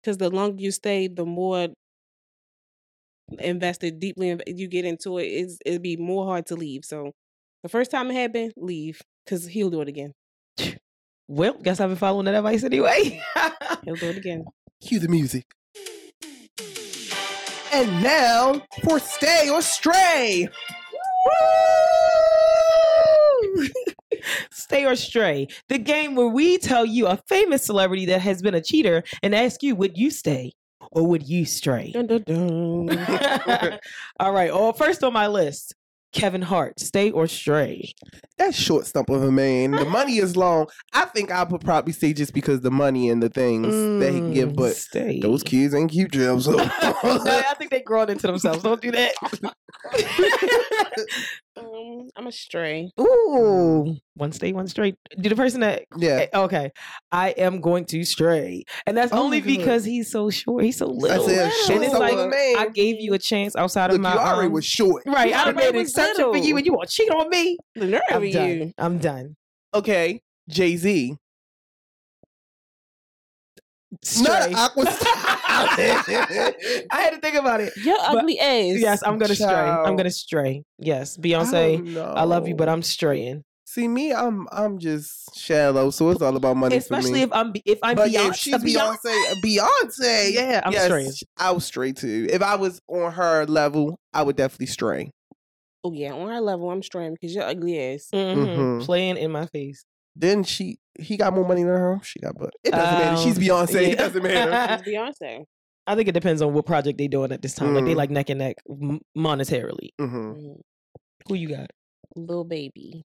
[SPEAKER 2] Because the longer you stay, the more invested deeply inv- you get into it. It's, it'd be more hard to leave. So the first time it happened, leave. Because he'll do it again.
[SPEAKER 3] Well, guess I've been following that advice anyway. [laughs]
[SPEAKER 2] He'll do it again.
[SPEAKER 1] Cue the music. And now for Stay or Stray. Woo!
[SPEAKER 3] [laughs] Stay or Stray, the game where we tell you a famous celebrity that has been a cheater and ask you, would you stay or would you stray?
[SPEAKER 2] Dun, dun, dun.
[SPEAKER 3] [laughs] all right. Well, first on my list, Kevin Hart, Stay or Stray.
[SPEAKER 1] That short stump of a man. The money is long. I think I would probably say just because the money and the things they can give,
[SPEAKER 3] Mm,
[SPEAKER 1] but
[SPEAKER 3] stay.
[SPEAKER 1] those
[SPEAKER 3] [laughs]
[SPEAKER 1] kids ain't cute, Jim. So
[SPEAKER 3] I think they grown into themselves. Don't do that.
[SPEAKER 2] [laughs] Um, I'm a stray.
[SPEAKER 3] Ooh, one stay, one straight. Do the person that
[SPEAKER 1] [laughs] yeah,
[SPEAKER 3] Eh, okay, I am going to stray, and that's
[SPEAKER 1] Eh, Oh my
[SPEAKER 3] only
[SPEAKER 1] God.
[SPEAKER 3] because he's so short. He's so
[SPEAKER 1] I
[SPEAKER 3] little.
[SPEAKER 1] said
[SPEAKER 2] Little.
[SPEAKER 1] short
[SPEAKER 3] and it's
[SPEAKER 1] stump
[SPEAKER 3] like
[SPEAKER 1] of a man.
[SPEAKER 3] I gave you a chance outside
[SPEAKER 1] Look,
[SPEAKER 3] of
[SPEAKER 1] you
[SPEAKER 3] my.
[SPEAKER 1] already
[SPEAKER 3] um,
[SPEAKER 1] was short.
[SPEAKER 3] right, I done
[SPEAKER 2] already
[SPEAKER 3] made an
[SPEAKER 2] was
[SPEAKER 3] exception for you,
[SPEAKER 2] little.
[SPEAKER 3] and you want to cheat on me?
[SPEAKER 2] The nerve
[SPEAKER 3] I'm
[SPEAKER 2] of
[SPEAKER 3] done.
[SPEAKER 2] you.
[SPEAKER 3] I'm done.
[SPEAKER 1] Okay, Jay Z. Not
[SPEAKER 3] Stray.
[SPEAKER 1] an
[SPEAKER 3] [laughs]
[SPEAKER 1] awkward.
[SPEAKER 3] I had to think about it.
[SPEAKER 2] Your ugly ass.
[SPEAKER 3] Yes, I'm gonna stray. I'm
[SPEAKER 1] Child.
[SPEAKER 3] gonna stray. Yes, Beyonce, I, love you, but I'm straying.
[SPEAKER 1] see me. I'm I'm just shallow, so it's all about money. for
[SPEAKER 3] Especially
[SPEAKER 1] me.
[SPEAKER 3] if I'm be- if I'm
[SPEAKER 1] but
[SPEAKER 3] Beyonce,
[SPEAKER 1] yeah, if she's
[SPEAKER 3] Beyonce.
[SPEAKER 1] Beyonce, uh, Beyonce.
[SPEAKER 3] Yeah, I'm straying.
[SPEAKER 1] sh- I was straight too. If I was on her level, I would definitely stray.
[SPEAKER 2] Oh yeah, on our level, I'm straying because your ugly ass.
[SPEAKER 3] Mhm.
[SPEAKER 1] Mhm.
[SPEAKER 3] Playing in my face.
[SPEAKER 1] Then she he got more money than her. She got but it doesn't matter. She's
[SPEAKER 3] Um,
[SPEAKER 1] Beyonce. [laughs]
[SPEAKER 3] yeah.
[SPEAKER 1] It doesn't matter.
[SPEAKER 3] [laughs]
[SPEAKER 1] [laughs]
[SPEAKER 2] It's Beyonce.
[SPEAKER 3] I think it depends on what project they're doing at this time. Like they
[SPEAKER 1] Mm.
[SPEAKER 3] like neck and neck m- monetarily.
[SPEAKER 1] mm-hmm.
[SPEAKER 2] Mm,
[SPEAKER 3] Who you got?
[SPEAKER 2] Little baby.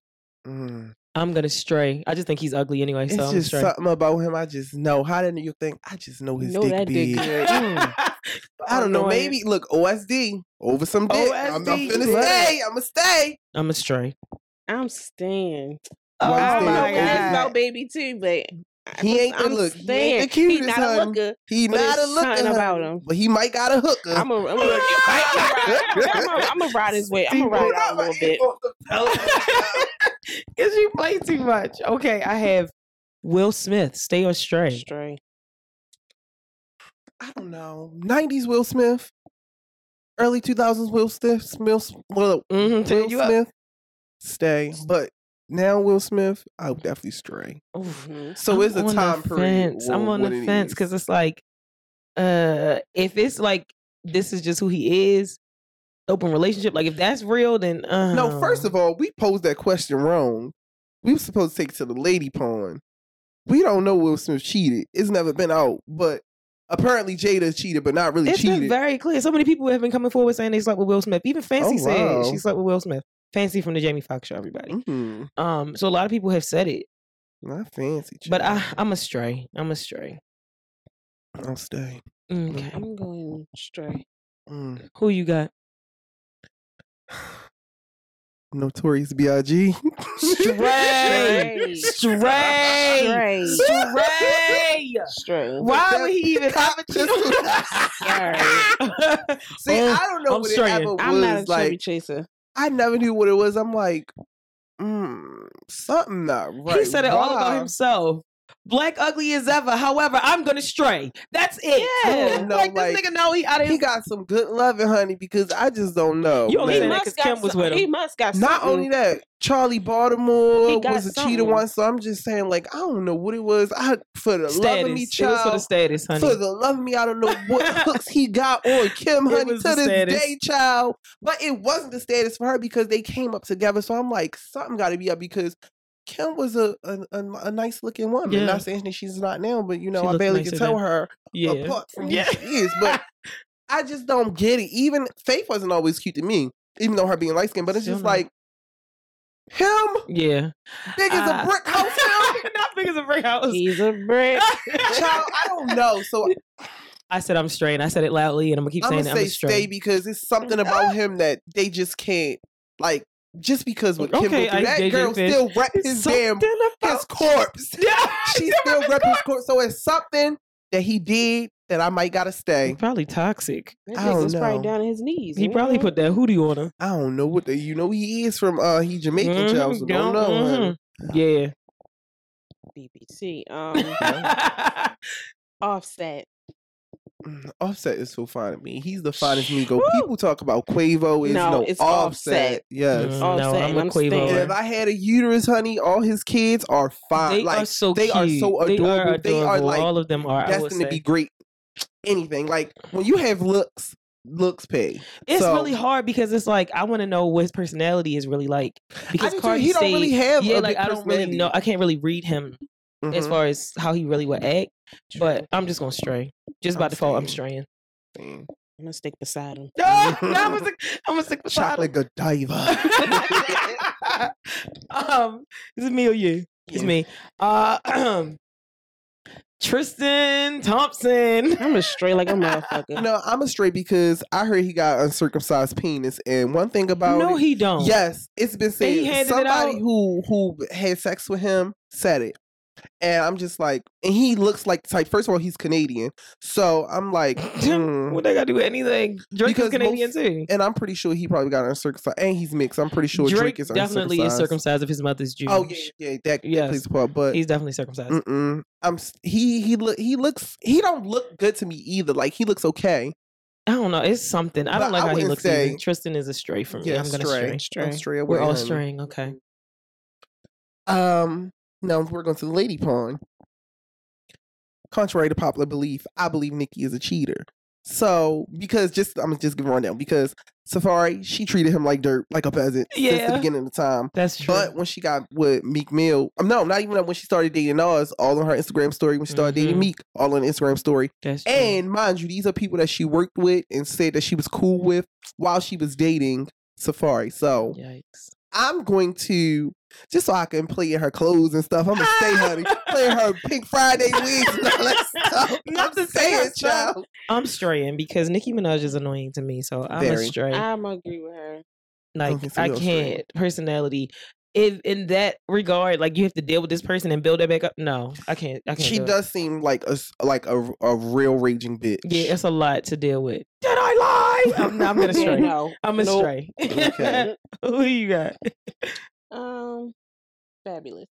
[SPEAKER 1] mm.
[SPEAKER 3] I'm gonna stray. I just think he's ugly anyway, so
[SPEAKER 1] It's
[SPEAKER 3] I'm
[SPEAKER 1] just
[SPEAKER 3] stray.
[SPEAKER 1] something about him. I just know. How didn't you think? I just know his
[SPEAKER 2] Know
[SPEAKER 1] dick
[SPEAKER 2] that dick
[SPEAKER 1] big.
[SPEAKER 2] good.
[SPEAKER 1] [laughs] Mm. I don't know. Maybe look OSD over some dick. I'm, I'm
[SPEAKER 3] OSD,
[SPEAKER 1] finna
[SPEAKER 3] right.
[SPEAKER 1] stay. I'm gonna stay.
[SPEAKER 3] I'm a stray.
[SPEAKER 2] I'm staying.
[SPEAKER 1] Oh
[SPEAKER 2] I
[SPEAKER 1] my
[SPEAKER 2] don't know what it's
[SPEAKER 1] God.
[SPEAKER 2] about baby too, but I-
[SPEAKER 1] He ain't the
[SPEAKER 2] I'm
[SPEAKER 1] look. He ain't the
[SPEAKER 2] staying.
[SPEAKER 1] cutest,
[SPEAKER 2] not a
[SPEAKER 1] hun.
[SPEAKER 2] looker.
[SPEAKER 1] He
[SPEAKER 2] But
[SPEAKER 1] not a
[SPEAKER 2] it's something
[SPEAKER 1] looker hun,
[SPEAKER 2] about him.
[SPEAKER 1] but he might got a hooker.
[SPEAKER 2] I'm a, I'm a, I'm a
[SPEAKER 1] [laughs]
[SPEAKER 2] ride his way. I'm a ride out a little bit.
[SPEAKER 3] [laughs] Cause you play too much. Okay, I have Will Smith. Stay or stray.
[SPEAKER 2] Stray.
[SPEAKER 1] I don't know. Nineties Will Smith, early two thousands Will Smith, Smith, Will,
[SPEAKER 3] Mm-hmm.
[SPEAKER 1] Will Smith, stay. But now Will Smith, I would definitely stray.
[SPEAKER 2] Mhm.
[SPEAKER 1] So
[SPEAKER 3] I'm
[SPEAKER 1] it's a
[SPEAKER 3] on the
[SPEAKER 1] time period.
[SPEAKER 3] fence. I'm
[SPEAKER 1] wh-
[SPEAKER 3] on
[SPEAKER 1] what
[SPEAKER 3] the
[SPEAKER 1] it
[SPEAKER 3] fence
[SPEAKER 1] is.
[SPEAKER 3] because it's like, uh, if it's like this is just who he is, open relationship. Like if that's real, then uh,
[SPEAKER 1] no. First of all, we posed that question wrong. We were supposed to take it to the lady pawn. We don't know Will Smith cheated. It's never been out, but apparently Jada cheated, but not really
[SPEAKER 3] it's been
[SPEAKER 1] cheated.
[SPEAKER 3] very clear. So many people have been coming forward saying they slept with Will Smith. Even Fancy
[SPEAKER 1] Oh,
[SPEAKER 3] said
[SPEAKER 1] wow.
[SPEAKER 3] she slept with Will Smith. Fancy from the Jamie Foxx show, everybody.
[SPEAKER 1] Mhm.
[SPEAKER 3] Um, so a lot of people have said it,
[SPEAKER 1] Not fancy,
[SPEAKER 3] but I,
[SPEAKER 1] child.
[SPEAKER 3] I'm a stray. I'm a stray.
[SPEAKER 1] I'll stay.
[SPEAKER 3] Okay,
[SPEAKER 1] Mm-hmm.
[SPEAKER 2] I'm going stray.
[SPEAKER 1] Mm.
[SPEAKER 3] who you got?
[SPEAKER 1] Notorious B.I.G. [laughs]
[SPEAKER 3] Stray. Stray.
[SPEAKER 2] Stray.
[SPEAKER 1] [laughs]
[SPEAKER 3] Stray. [laughs]
[SPEAKER 2] Stray.
[SPEAKER 3] Why would he even have a
[SPEAKER 1] Just-
[SPEAKER 3] cheat?
[SPEAKER 1] See,
[SPEAKER 3] Oh,
[SPEAKER 1] I don't know
[SPEAKER 3] I'm
[SPEAKER 1] what
[SPEAKER 3] straying.
[SPEAKER 1] it ever
[SPEAKER 2] I'm not a
[SPEAKER 1] was
[SPEAKER 2] chubby
[SPEAKER 1] like.
[SPEAKER 2] chaser.
[SPEAKER 1] I never knew what it was. I'm like, mm, something not right.
[SPEAKER 3] He said it all about
[SPEAKER 1] Why?
[SPEAKER 3] himself. Black ugly as ever. However, I'm gonna stray. That's it.
[SPEAKER 2] Yeah.
[SPEAKER 1] No,
[SPEAKER 3] like,
[SPEAKER 1] like,
[SPEAKER 3] this nigga know he out of
[SPEAKER 1] He
[SPEAKER 3] his.
[SPEAKER 1] got some good loving, honey, because I just don't know.
[SPEAKER 3] You only
[SPEAKER 1] man.
[SPEAKER 3] said that 'cause Kim was
[SPEAKER 2] some-
[SPEAKER 3] with him.
[SPEAKER 2] He must got
[SPEAKER 1] Not
[SPEAKER 2] something.
[SPEAKER 1] only that, Charlie
[SPEAKER 2] He
[SPEAKER 1] Baltimore
[SPEAKER 2] got
[SPEAKER 1] was a cheater
[SPEAKER 2] something.
[SPEAKER 1] once, so I'm just saying, like, I don't know what it was. I for the love
[SPEAKER 3] Status.
[SPEAKER 1] of me,
[SPEAKER 3] it was for the
[SPEAKER 1] child,
[SPEAKER 3] status, honey.
[SPEAKER 1] For the love of me, I don't know what
[SPEAKER 3] [laughs]
[SPEAKER 1] hooks he got on Kim,
[SPEAKER 3] It
[SPEAKER 1] honey, to
[SPEAKER 3] was the
[SPEAKER 1] this
[SPEAKER 3] status.
[SPEAKER 1] day, child. But it wasn't the status for her because they came up together. So I'm like, something got to be up because Kim was a a, nice looking woman.
[SPEAKER 3] Yeah.
[SPEAKER 1] Not saying that she's not now, but you know,
[SPEAKER 3] She
[SPEAKER 1] I
[SPEAKER 3] looked
[SPEAKER 1] barely
[SPEAKER 3] nicer
[SPEAKER 1] can tell
[SPEAKER 3] then.
[SPEAKER 1] her
[SPEAKER 3] yeah.
[SPEAKER 1] apart from
[SPEAKER 3] Yeah.
[SPEAKER 1] who she is.
[SPEAKER 3] [laughs]
[SPEAKER 1] But I just don't get it. Even Faith wasn't always cute to me, even though her being light skinned. But it's
[SPEAKER 3] Still
[SPEAKER 1] just
[SPEAKER 3] not.
[SPEAKER 1] like him, [laughs]
[SPEAKER 3] yeah.
[SPEAKER 1] big as
[SPEAKER 3] Uh,
[SPEAKER 1] a brick house.
[SPEAKER 3] [laughs]
[SPEAKER 1] Him.
[SPEAKER 3] Not big as a brick house.
[SPEAKER 2] He's a brick.
[SPEAKER 1] Child, I don't know. So
[SPEAKER 3] I said I'm straight. and I said it loudly, and I'm gonna keep
[SPEAKER 1] I'm
[SPEAKER 3] saying
[SPEAKER 1] gonna
[SPEAKER 3] it.
[SPEAKER 1] say
[SPEAKER 3] I'm straight.
[SPEAKER 1] stay because it's something
[SPEAKER 3] [laughs]
[SPEAKER 1] about him that they just can't like. Just because what Kim
[SPEAKER 3] Okay,
[SPEAKER 1] go through,
[SPEAKER 3] I-
[SPEAKER 1] that
[SPEAKER 3] JJ
[SPEAKER 1] girl
[SPEAKER 3] Fish.
[SPEAKER 1] still rep his damn
[SPEAKER 3] Something
[SPEAKER 1] his
[SPEAKER 3] about-
[SPEAKER 1] corpse.
[SPEAKER 3] [laughs] Yeah, [laughs]
[SPEAKER 1] She still rep his corpse. So it's something that he did that I might gotta stay.
[SPEAKER 3] Probably toxic.
[SPEAKER 2] That
[SPEAKER 1] I
[SPEAKER 2] nigga
[SPEAKER 1] don't
[SPEAKER 2] was
[SPEAKER 1] know.
[SPEAKER 2] probably down on his knees. Mm-hmm.
[SPEAKER 3] He
[SPEAKER 1] Mm-hmm.
[SPEAKER 2] you
[SPEAKER 3] probably
[SPEAKER 2] know?
[SPEAKER 3] put that hoodie on her.
[SPEAKER 1] I don't know what the you know he is from. Uh, he Jamaican
[SPEAKER 3] Mhm,
[SPEAKER 1] child. So don't know. honey.
[SPEAKER 3] mhm. Yeah.
[SPEAKER 2] BBC. [laughs] Um,
[SPEAKER 3] [laughs]
[SPEAKER 2] offset.
[SPEAKER 1] Mm, Offset is so fine to me. He's the finest Migo. People talk about Quavo is no,
[SPEAKER 2] No, it's
[SPEAKER 1] offset.
[SPEAKER 2] Offset.
[SPEAKER 1] Yes.
[SPEAKER 3] Mm,
[SPEAKER 2] All
[SPEAKER 3] no,
[SPEAKER 2] set,
[SPEAKER 3] I'm a
[SPEAKER 2] I'm
[SPEAKER 3] Quavo.
[SPEAKER 2] staying.
[SPEAKER 1] And if I had a uterus, honey, all his kids are fine.
[SPEAKER 3] they
[SPEAKER 1] like
[SPEAKER 3] are so
[SPEAKER 1] they are
[SPEAKER 3] cute.
[SPEAKER 1] so
[SPEAKER 3] They are
[SPEAKER 1] adorable. They are,
[SPEAKER 3] adorable.
[SPEAKER 1] like,
[SPEAKER 3] all of them are. I would
[SPEAKER 1] destined to
[SPEAKER 3] say.
[SPEAKER 1] be great. Anything like when you have looks looks pay.
[SPEAKER 3] It's
[SPEAKER 1] So-
[SPEAKER 3] really hard because it's like I want to know what his personality is really like. Because
[SPEAKER 1] do too.
[SPEAKER 3] Cardi
[SPEAKER 1] he don't
[SPEAKER 3] said-
[SPEAKER 1] really have a
[SPEAKER 3] yeah, like
[SPEAKER 1] big
[SPEAKER 3] I don't really
[SPEAKER 1] personality.
[SPEAKER 3] know. I can't really read him as
[SPEAKER 1] Mhm.
[SPEAKER 3] far as how he really would act. But I'm just gonna stray. Just
[SPEAKER 1] I'm
[SPEAKER 3] by default, I'm
[SPEAKER 1] staying.
[SPEAKER 3] [laughs] straying.
[SPEAKER 1] Damn.
[SPEAKER 2] I'm gonna stick beside him.
[SPEAKER 3] Ah, no, I'm gonna [laughs] stick- I'm gonna stick beside
[SPEAKER 1] Chocolate
[SPEAKER 3] him. [laughs]
[SPEAKER 1] Godiva.
[SPEAKER 3] um, it's me or you? It's me. Uh, [clears throat] Tristan Thompson. [laughs]
[SPEAKER 2] I'm gonna stray [laughs] like a
[SPEAKER 1] [laughs]
[SPEAKER 2] motherfucker.
[SPEAKER 1] no, I'm a straight because I heard he got uncircumcised penis, and one thing about
[SPEAKER 3] No,
[SPEAKER 1] it-
[SPEAKER 3] he don't.
[SPEAKER 1] yes, it's been
[SPEAKER 3] Oh.
[SPEAKER 1] said.
[SPEAKER 3] he handed it
[SPEAKER 1] Somebody
[SPEAKER 3] out?
[SPEAKER 1] who who had sex with him said it, and I'm just like, and he looks like the type. First of all, he's Canadian, so I'm
[SPEAKER 3] [laughs]
[SPEAKER 1] like, hmm.
[SPEAKER 3] What they gotta do with anything? Drake
[SPEAKER 1] Because
[SPEAKER 3] is Canadian
[SPEAKER 1] most-
[SPEAKER 3] too.
[SPEAKER 1] and I'm pretty sure he probably got uncircumcised, and he's mixed. I'm pretty sure Drake,
[SPEAKER 3] Drake,
[SPEAKER 1] is
[SPEAKER 3] definitely is circumcised if his mother's Jewish.
[SPEAKER 1] Oh yeah, yeah, that, that
[SPEAKER 3] Yes.
[SPEAKER 1] plays a part, but Mm.
[SPEAKER 3] he's definitely circumcised.
[SPEAKER 1] Mm-mm. I'm s- he he look he looks he don't look good to me either. Like he looks okay.
[SPEAKER 3] I don't know. It's something. I
[SPEAKER 1] But
[SPEAKER 3] don't like
[SPEAKER 1] I
[SPEAKER 3] how he
[SPEAKER 1] wouldn't
[SPEAKER 3] looks.
[SPEAKER 1] say-
[SPEAKER 3] either. Tristan is a stray for me. I'm gonna stray.
[SPEAKER 1] stray, I'm stray away,
[SPEAKER 3] We're all
[SPEAKER 1] honey.
[SPEAKER 3] straying. Okay.
[SPEAKER 1] Um, now we're going to the lady porn. Contrary to popular belief, I believe Nikki is a cheater. So because just I'm gonna just give a rundown because Safari she treated him like dirt, like a peasant since the
[SPEAKER 3] Yeah.
[SPEAKER 1] beginning of the time.
[SPEAKER 3] That's true.
[SPEAKER 1] But when she got with Meek Mill, um, no, not even when she started dating Nas, all on her Instagram story. When she started dating
[SPEAKER 3] Mhm.
[SPEAKER 1] Meek, all on Instagram story.
[SPEAKER 3] That's true.
[SPEAKER 1] And mind you, these are people that she worked with and said that she was cool with while she was dating Safari. So
[SPEAKER 3] yikes.
[SPEAKER 1] I'm going to just so I can play in her clothes and stuff. I'm gonna
[SPEAKER 3] [laughs]
[SPEAKER 1] stay, honey, playing her Pink Friday wigs and all that stuff.
[SPEAKER 3] Not
[SPEAKER 1] I'm
[SPEAKER 3] to say her
[SPEAKER 1] staying,
[SPEAKER 3] stuff.
[SPEAKER 1] child.
[SPEAKER 3] I'm straying because Nicki Minaj is annoying to me, so I'm
[SPEAKER 1] Very.
[SPEAKER 3] a stray.
[SPEAKER 2] I'm agree with her.
[SPEAKER 3] like
[SPEAKER 1] Okay, so
[SPEAKER 3] I
[SPEAKER 1] you're a stray.
[SPEAKER 3] can't personality. If in that regard, like you have to deal with this person and build that back up. No, I can't. I can't.
[SPEAKER 1] She
[SPEAKER 3] do it.
[SPEAKER 1] does seem like a s- like a, a real raging bitch.
[SPEAKER 3] Yeah, it's a lot to deal with. Did I lie? [laughs] I'm, I'm gonna
[SPEAKER 2] Yeah,
[SPEAKER 3] stray.
[SPEAKER 2] [laughs] no.
[SPEAKER 3] I'm a
[SPEAKER 2] Nope.
[SPEAKER 3] stray.
[SPEAKER 1] Okay.
[SPEAKER 3] [laughs] Who you got?
[SPEAKER 2] Um, fabulous.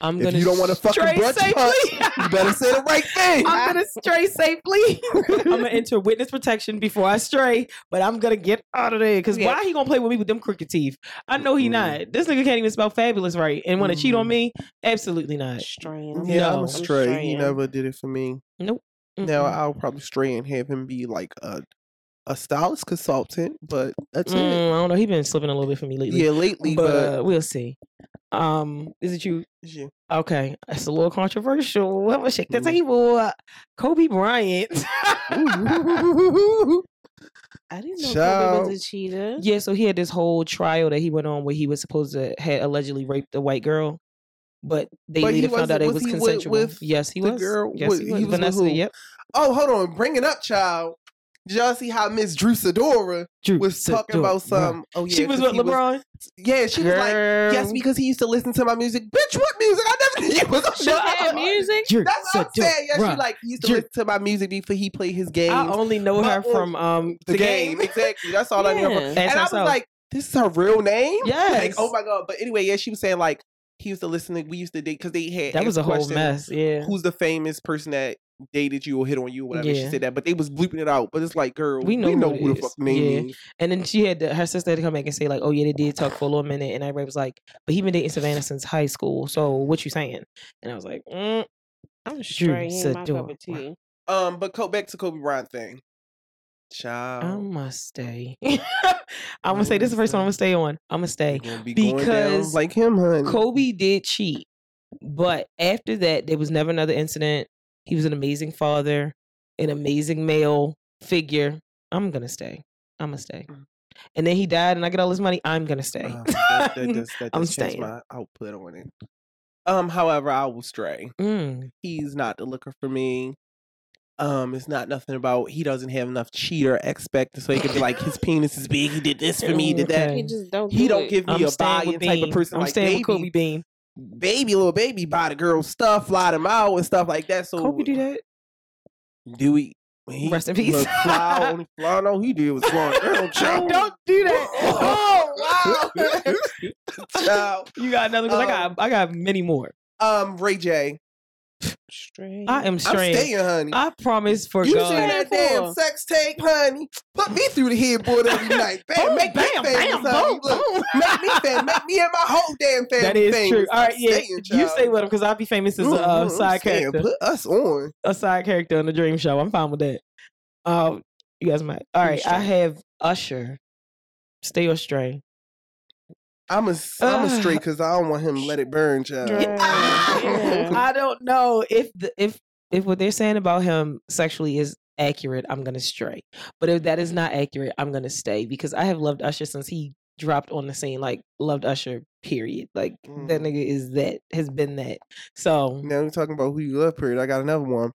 [SPEAKER 3] I'm
[SPEAKER 1] If you don't wanna fucking
[SPEAKER 3] stray
[SPEAKER 1] brunch
[SPEAKER 3] safely.
[SPEAKER 1] you
[SPEAKER 3] [laughs]
[SPEAKER 1] better say the right thing.
[SPEAKER 3] I'm [laughs] gonna stray safely. I'm gonna enter witness protection before I stray, but I'm gonna get out of there. Cause
[SPEAKER 2] Yeah.
[SPEAKER 3] why he gonna play with me with them crooked teeth? I know he
[SPEAKER 1] Mm-mm.
[SPEAKER 3] not. This nigga can't even spell fabulous right and wanna cheat on
[SPEAKER 1] Mm.
[SPEAKER 3] me? Absolutely not.
[SPEAKER 2] Straying.
[SPEAKER 1] yeah, I'm
[SPEAKER 3] No.
[SPEAKER 1] a stray. He never did it for me. Now
[SPEAKER 3] Mm-mm.
[SPEAKER 1] I'll probably stray and have him be like a a stylist consultant, but that's it.
[SPEAKER 3] Mm, I don't know. He been slipping a little bit for me lately.
[SPEAKER 1] Yeah, lately,
[SPEAKER 3] but,
[SPEAKER 1] but,
[SPEAKER 3] we'll see. Um, is it you?
[SPEAKER 1] yeah. [laughs]
[SPEAKER 3] Okay, it's a little controversial. I'm gonna shake the
[SPEAKER 1] Mm.
[SPEAKER 3] table. Kobe Bryant. [laughs]
[SPEAKER 2] I didn't know
[SPEAKER 1] Child.
[SPEAKER 2] Kobe was a cheater.
[SPEAKER 3] Yeah, so he had this whole trial that he went on where he was supposed to had allegedly raped a white girl, but they
[SPEAKER 1] But he
[SPEAKER 3] later found out
[SPEAKER 1] wasn't-
[SPEAKER 3] it
[SPEAKER 1] was
[SPEAKER 3] was
[SPEAKER 1] he with-
[SPEAKER 3] consensual.
[SPEAKER 1] with
[SPEAKER 3] yes, he
[SPEAKER 1] the
[SPEAKER 3] was.
[SPEAKER 1] girl?
[SPEAKER 3] Yes,
[SPEAKER 1] With-
[SPEAKER 3] he
[SPEAKER 1] he
[SPEAKER 3] was.
[SPEAKER 1] was with
[SPEAKER 3] Vanessa,
[SPEAKER 1] who?
[SPEAKER 3] yep.
[SPEAKER 1] oh, hold on, bring it up, child. Did y'all see how Miss Drew Sidora
[SPEAKER 3] Drew
[SPEAKER 1] was talking
[SPEAKER 3] Sidora.
[SPEAKER 1] about some? Oh yeah,
[SPEAKER 3] She was
[SPEAKER 1] 'cause
[SPEAKER 3] with
[SPEAKER 1] he
[SPEAKER 3] LeBron.
[SPEAKER 1] yeah, she was like, yes,
[SPEAKER 3] Girl.
[SPEAKER 1] because he used to listen to my music. Bitch, what music? I never [laughs] knew it was on
[SPEAKER 3] Shut
[SPEAKER 1] LeBron.
[SPEAKER 3] up.
[SPEAKER 2] music.
[SPEAKER 3] Drew
[SPEAKER 1] That's what I'm
[SPEAKER 3] Sidora.
[SPEAKER 1] saying. Yeah, she like he used to
[SPEAKER 3] Drew-
[SPEAKER 1] listen to my music before he played his game.
[SPEAKER 3] I only know
[SPEAKER 1] But
[SPEAKER 3] her
[SPEAKER 1] on
[SPEAKER 3] from um
[SPEAKER 1] the, game. exactly. That's all I knew. Her. from.
[SPEAKER 2] Yeah.
[SPEAKER 1] And I was like, this is her real name.
[SPEAKER 3] yes,
[SPEAKER 1] [laughs] Like, oh my god. But anyway, yeah, she was saying like he used to listen to we used to date because they had
[SPEAKER 3] that was a
[SPEAKER 1] asked
[SPEAKER 3] whole
[SPEAKER 1] questions,
[SPEAKER 3] mess. Yeah,
[SPEAKER 1] Who's the famous person that dated you or hit on you or whatever? She
[SPEAKER 3] Yeah.
[SPEAKER 1] said that, but they was bleeping it out. But it's like, girl, we
[SPEAKER 3] We
[SPEAKER 1] know,
[SPEAKER 3] know
[SPEAKER 1] we know
[SPEAKER 3] who it
[SPEAKER 1] who, the
[SPEAKER 3] is.
[SPEAKER 1] fuck name
[SPEAKER 3] Yeah.
[SPEAKER 1] is.
[SPEAKER 3] and then she had to, her sister had to come back and say like, oh yeah, they did talk for a little minute, and I was like, but he been dating Savannah since high school. So what you saying? And I was like, mm,
[SPEAKER 2] I'm straying. He ain't My cup
[SPEAKER 3] Sidora.
[SPEAKER 2] of tea.
[SPEAKER 1] Um, but co- back to Kobe Bryant thing. Child,
[SPEAKER 3] I must stay. [laughs] I'm gonna say this is the first one I'm gonna stay on. I'm gonna
[SPEAKER 1] you
[SPEAKER 3] stay.
[SPEAKER 1] gonna be going down
[SPEAKER 3] because
[SPEAKER 1] like him, honey.
[SPEAKER 3] Kobe did cheat, but after that, there was never another incident. He was an amazing father, an amazing male figure. I'm gonna stay. I'm gonna stay.
[SPEAKER 1] Mm.
[SPEAKER 3] And then he died, and I get all his money. I'm gonna stay. [laughs]
[SPEAKER 1] Uh, that, that does, that
[SPEAKER 3] I'm
[SPEAKER 1] does change
[SPEAKER 3] staying.
[SPEAKER 1] my output on it. Um, however, I will stray.
[SPEAKER 3] Mm,
[SPEAKER 1] he's not the looker for me. Um, it's not nothing about he doesn't have enough cheater expected, so he could be like
[SPEAKER 3] [laughs]
[SPEAKER 1] his penis is big. He did this for me, he did that.
[SPEAKER 3] Oh, Okay.
[SPEAKER 2] He just don't.
[SPEAKER 1] He
[SPEAKER 2] do
[SPEAKER 1] don't
[SPEAKER 2] it.
[SPEAKER 1] give me
[SPEAKER 3] I'm
[SPEAKER 1] a
[SPEAKER 3] staying
[SPEAKER 1] buy-in
[SPEAKER 3] with
[SPEAKER 1] type
[SPEAKER 3] Bean.
[SPEAKER 1] of person.
[SPEAKER 3] I'm
[SPEAKER 1] like
[SPEAKER 3] staying
[SPEAKER 1] baby,
[SPEAKER 3] with Kobe Bean.
[SPEAKER 1] baby, little baby, buy the girl stuff, fly them out and stuff like that. So
[SPEAKER 3] Kobe do [laughs] that.
[SPEAKER 1] do we? when he
[SPEAKER 3] Rest in peace.
[SPEAKER 1] look, fly,
[SPEAKER 3] [laughs]
[SPEAKER 1] only fly, no, he did was flying [laughs] girl, child.
[SPEAKER 3] Don't do that.
[SPEAKER 1] Oh,
[SPEAKER 3] Oh wow.
[SPEAKER 1] Child.
[SPEAKER 3] [laughs] you got another?
[SPEAKER 1] Oh.
[SPEAKER 3] 'cause I got. I got many more.
[SPEAKER 1] Um, Ray J,
[SPEAKER 2] Straying.
[SPEAKER 3] I am
[SPEAKER 1] am
[SPEAKER 3] straying.
[SPEAKER 1] staying, honey.
[SPEAKER 3] I promise for
[SPEAKER 1] you
[SPEAKER 3] God.
[SPEAKER 1] seen that damn
[SPEAKER 2] For.
[SPEAKER 1] sex tape, honey? Put me through the headboard every
[SPEAKER 3] [laughs]
[SPEAKER 1] night. Bam,
[SPEAKER 3] Boom,
[SPEAKER 1] make me famous, honey. Look, make me famous. Make me and my whole damn family
[SPEAKER 3] [laughs] That is
[SPEAKER 1] famous.
[SPEAKER 3] true. All right,
[SPEAKER 1] I'm
[SPEAKER 3] yeah.
[SPEAKER 1] staying,
[SPEAKER 3] You
[SPEAKER 1] child.
[SPEAKER 3] stay with him because I'll be famous as a uh,
[SPEAKER 1] Mhm,
[SPEAKER 3] side
[SPEAKER 1] staying.
[SPEAKER 3] character,
[SPEAKER 1] Put us on.
[SPEAKER 3] a side character on the Dream Show. I'm fine with that. Um, You guys might. All right, I
[SPEAKER 2] Stray.
[SPEAKER 3] have Usher. Stay or stray.
[SPEAKER 1] I'm a am a
[SPEAKER 3] Ugh.
[SPEAKER 1] straight because I don't want him to let it burn, child. [laughs]
[SPEAKER 2] Dra-
[SPEAKER 1] yeah.
[SPEAKER 3] I don't know if the, if if what they're saying about him sexually is accurate. I'm gonna stray, but if that is not accurate, I'm gonna stay because I have loved Usher since he dropped on the scene. Like loved Usher, period. Like that
[SPEAKER 1] Mm.
[SPEAKER 3] nigga is that has been that. So
[SPEAKER 1] Now we're talking about who [laughs] you love. Period. I got another one.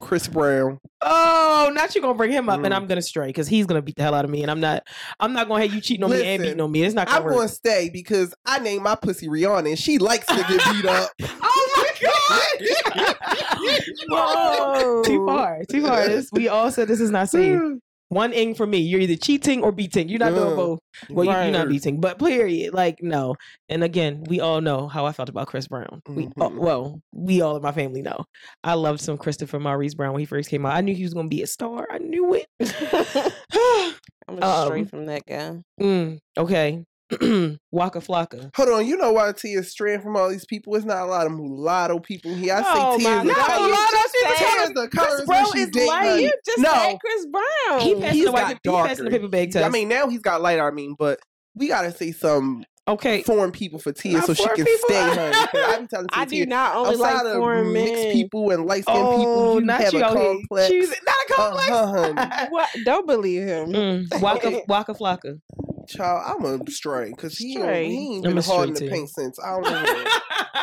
[SPEAKER 1] Chris Brown.
[SPEAKER 3] oh, not you gonna bring him up, and
[SPEAKER 1] Mm.
[SPEAKER 3] I'm gonna stray because he's gonna beat the hell out of me, and I'm not. I'm not gonna have you cheating on me and
[SPEAKER 1] Listen,
[SPEAKER 3] beating on me. It's not gonna
[SPEAKER 1] I'm
[SPEAKER 3] work. [laughs]
[SPEAKER 1] gonna stay because I named my pussy Rihanna, and she likes to get beat up.
[SPEAKER 3] Oh my
[SPEAKER 1] [laughs]
[SPEAKER 3] god! Whoa. Too far, too far. This, we all said this is not safe.
[SPEAKER 1] [sighs]
[SPEAKER 3] One ing for me. You're either cheating or beating. You're not
[SPEAKER 1] Yeah.
[SPEAKER 3] doing both. Well, you- you're not
[SPEAKER 1] Right.
[SPEAKER 3] beating, but period. Like no. And again, we all know how I felt about Chris Brown. We all,
[SPEAKER 1] Mhm.
[SPEAKER 3] well, we all in my family know. I loved some Christopher Maurice Brown when he first came out. I knew he was going to be a star. I knew
[SPEAKER 1] [laughs]
[SPEAKER 3] it. [sighs]
[SPEAKER 2] I'm gonna stray
[SPEAKER 3] Um,
[SPEAKER 2] from that guy.
[SPEAKER 3] Mm, okay. [clears throat] Waka Flocka.
[SPEAKER 1] Hold on, you know why T is straying from all these people? It's not a lot of mulatto people here. I
[SPEAKER 2] Oh
[SPEAKER 1] say T
[SPEAKER 2] my
[SPEAKER 1] is the
[SPEAKER 2] God,
[SPEAKER 1] color.
[SPEAKER 2] you just
[SPEAKER 1] T
[SPEAKER 2] said-
[SPEAKER 1] is the color
[SPEAKER 2] Chris
[SPEAKER 1] is
[SPEAKER 2] Brown
[SPEAKER 1] when she
[SPEAKER 2] is
[SPEAKER 1] date
[SPEAKER 2] light.
[SPEAKER 1] money.
[SPEAKER 2] You just
[SPEAKER 1] No.
[SPEAKER 2] said Chris Brown.
[SPEAKER 3] He passed
[SPEAKER 1] he's
[SPEAKER 3] the white.
[SPEAKER 1] got
[SPEAKER 3] He passed the
[SPEAKER 1] darker.
[SPEAKER 3] paper bag test.
[SPEAKER 1] I mean, now he's got light. I mean, but we gotta say some
[SPEAKER 3] okay.
[SPEAKER 1] foreign people for Tia
[SPEAKER 3] Not
[SPEAKER 1] so she
[SPEAKER 3] foreign
[SPEAKER 1] can
[SPEAKER 3] people.
[SPEAKER 1] stay
[SPEAKER 3] [laughs]
[SPEAKER 1] home. I'm telling
[SPEAKER 2] I do
[SPEAKER 1] Tia,
[SPEAKER 2] not only
[SPEAKER 1] outside
[SPEAKER 2] like
[SPEAKER 1] of
[SPEAKER 2] foreign
[SPEAKER 1] mixed
[SPEAKER 2] men.
[SPEAKER 1] people [laughs] and light skinned
[SPEAKER 3] Oh,
[SPEAKER 1] people, you
[SPEAKER 3] not
[SPEAKER 1] have
[SPEAKER 3] you
[SPEAKER 1] a
[SPEAKER 3] out here
[SPEAKER 1] complex.
[SPEAKER 3] choosing- not a complex.
[SPEAKER 1] Uh-huh, honey.
[SPEAKER 2] What? Don't believe him.
[SPEAKER 3] Mm, Waka
[SPEAKER 1] [laughs]
[SPEAKER 3] Waka Flocka.
[SPEAKER 1] Child, I'm a stray because he, don't-
[SPEAKER 2] Stray.
[SPEAKER 1] he ain't
[SPEAKER 3] I'm
[SPEAKER 1] been
[SPEAKER 3] a
[SPEAKER 1] hard in
[SPEAKER 3] stray
[SPEAKER 1] the
[SPEAKER 3] too.
[SPEAKER 1] paint since I don't
[SPEAKER 3] [laughs]
[SPEAKER 1] know.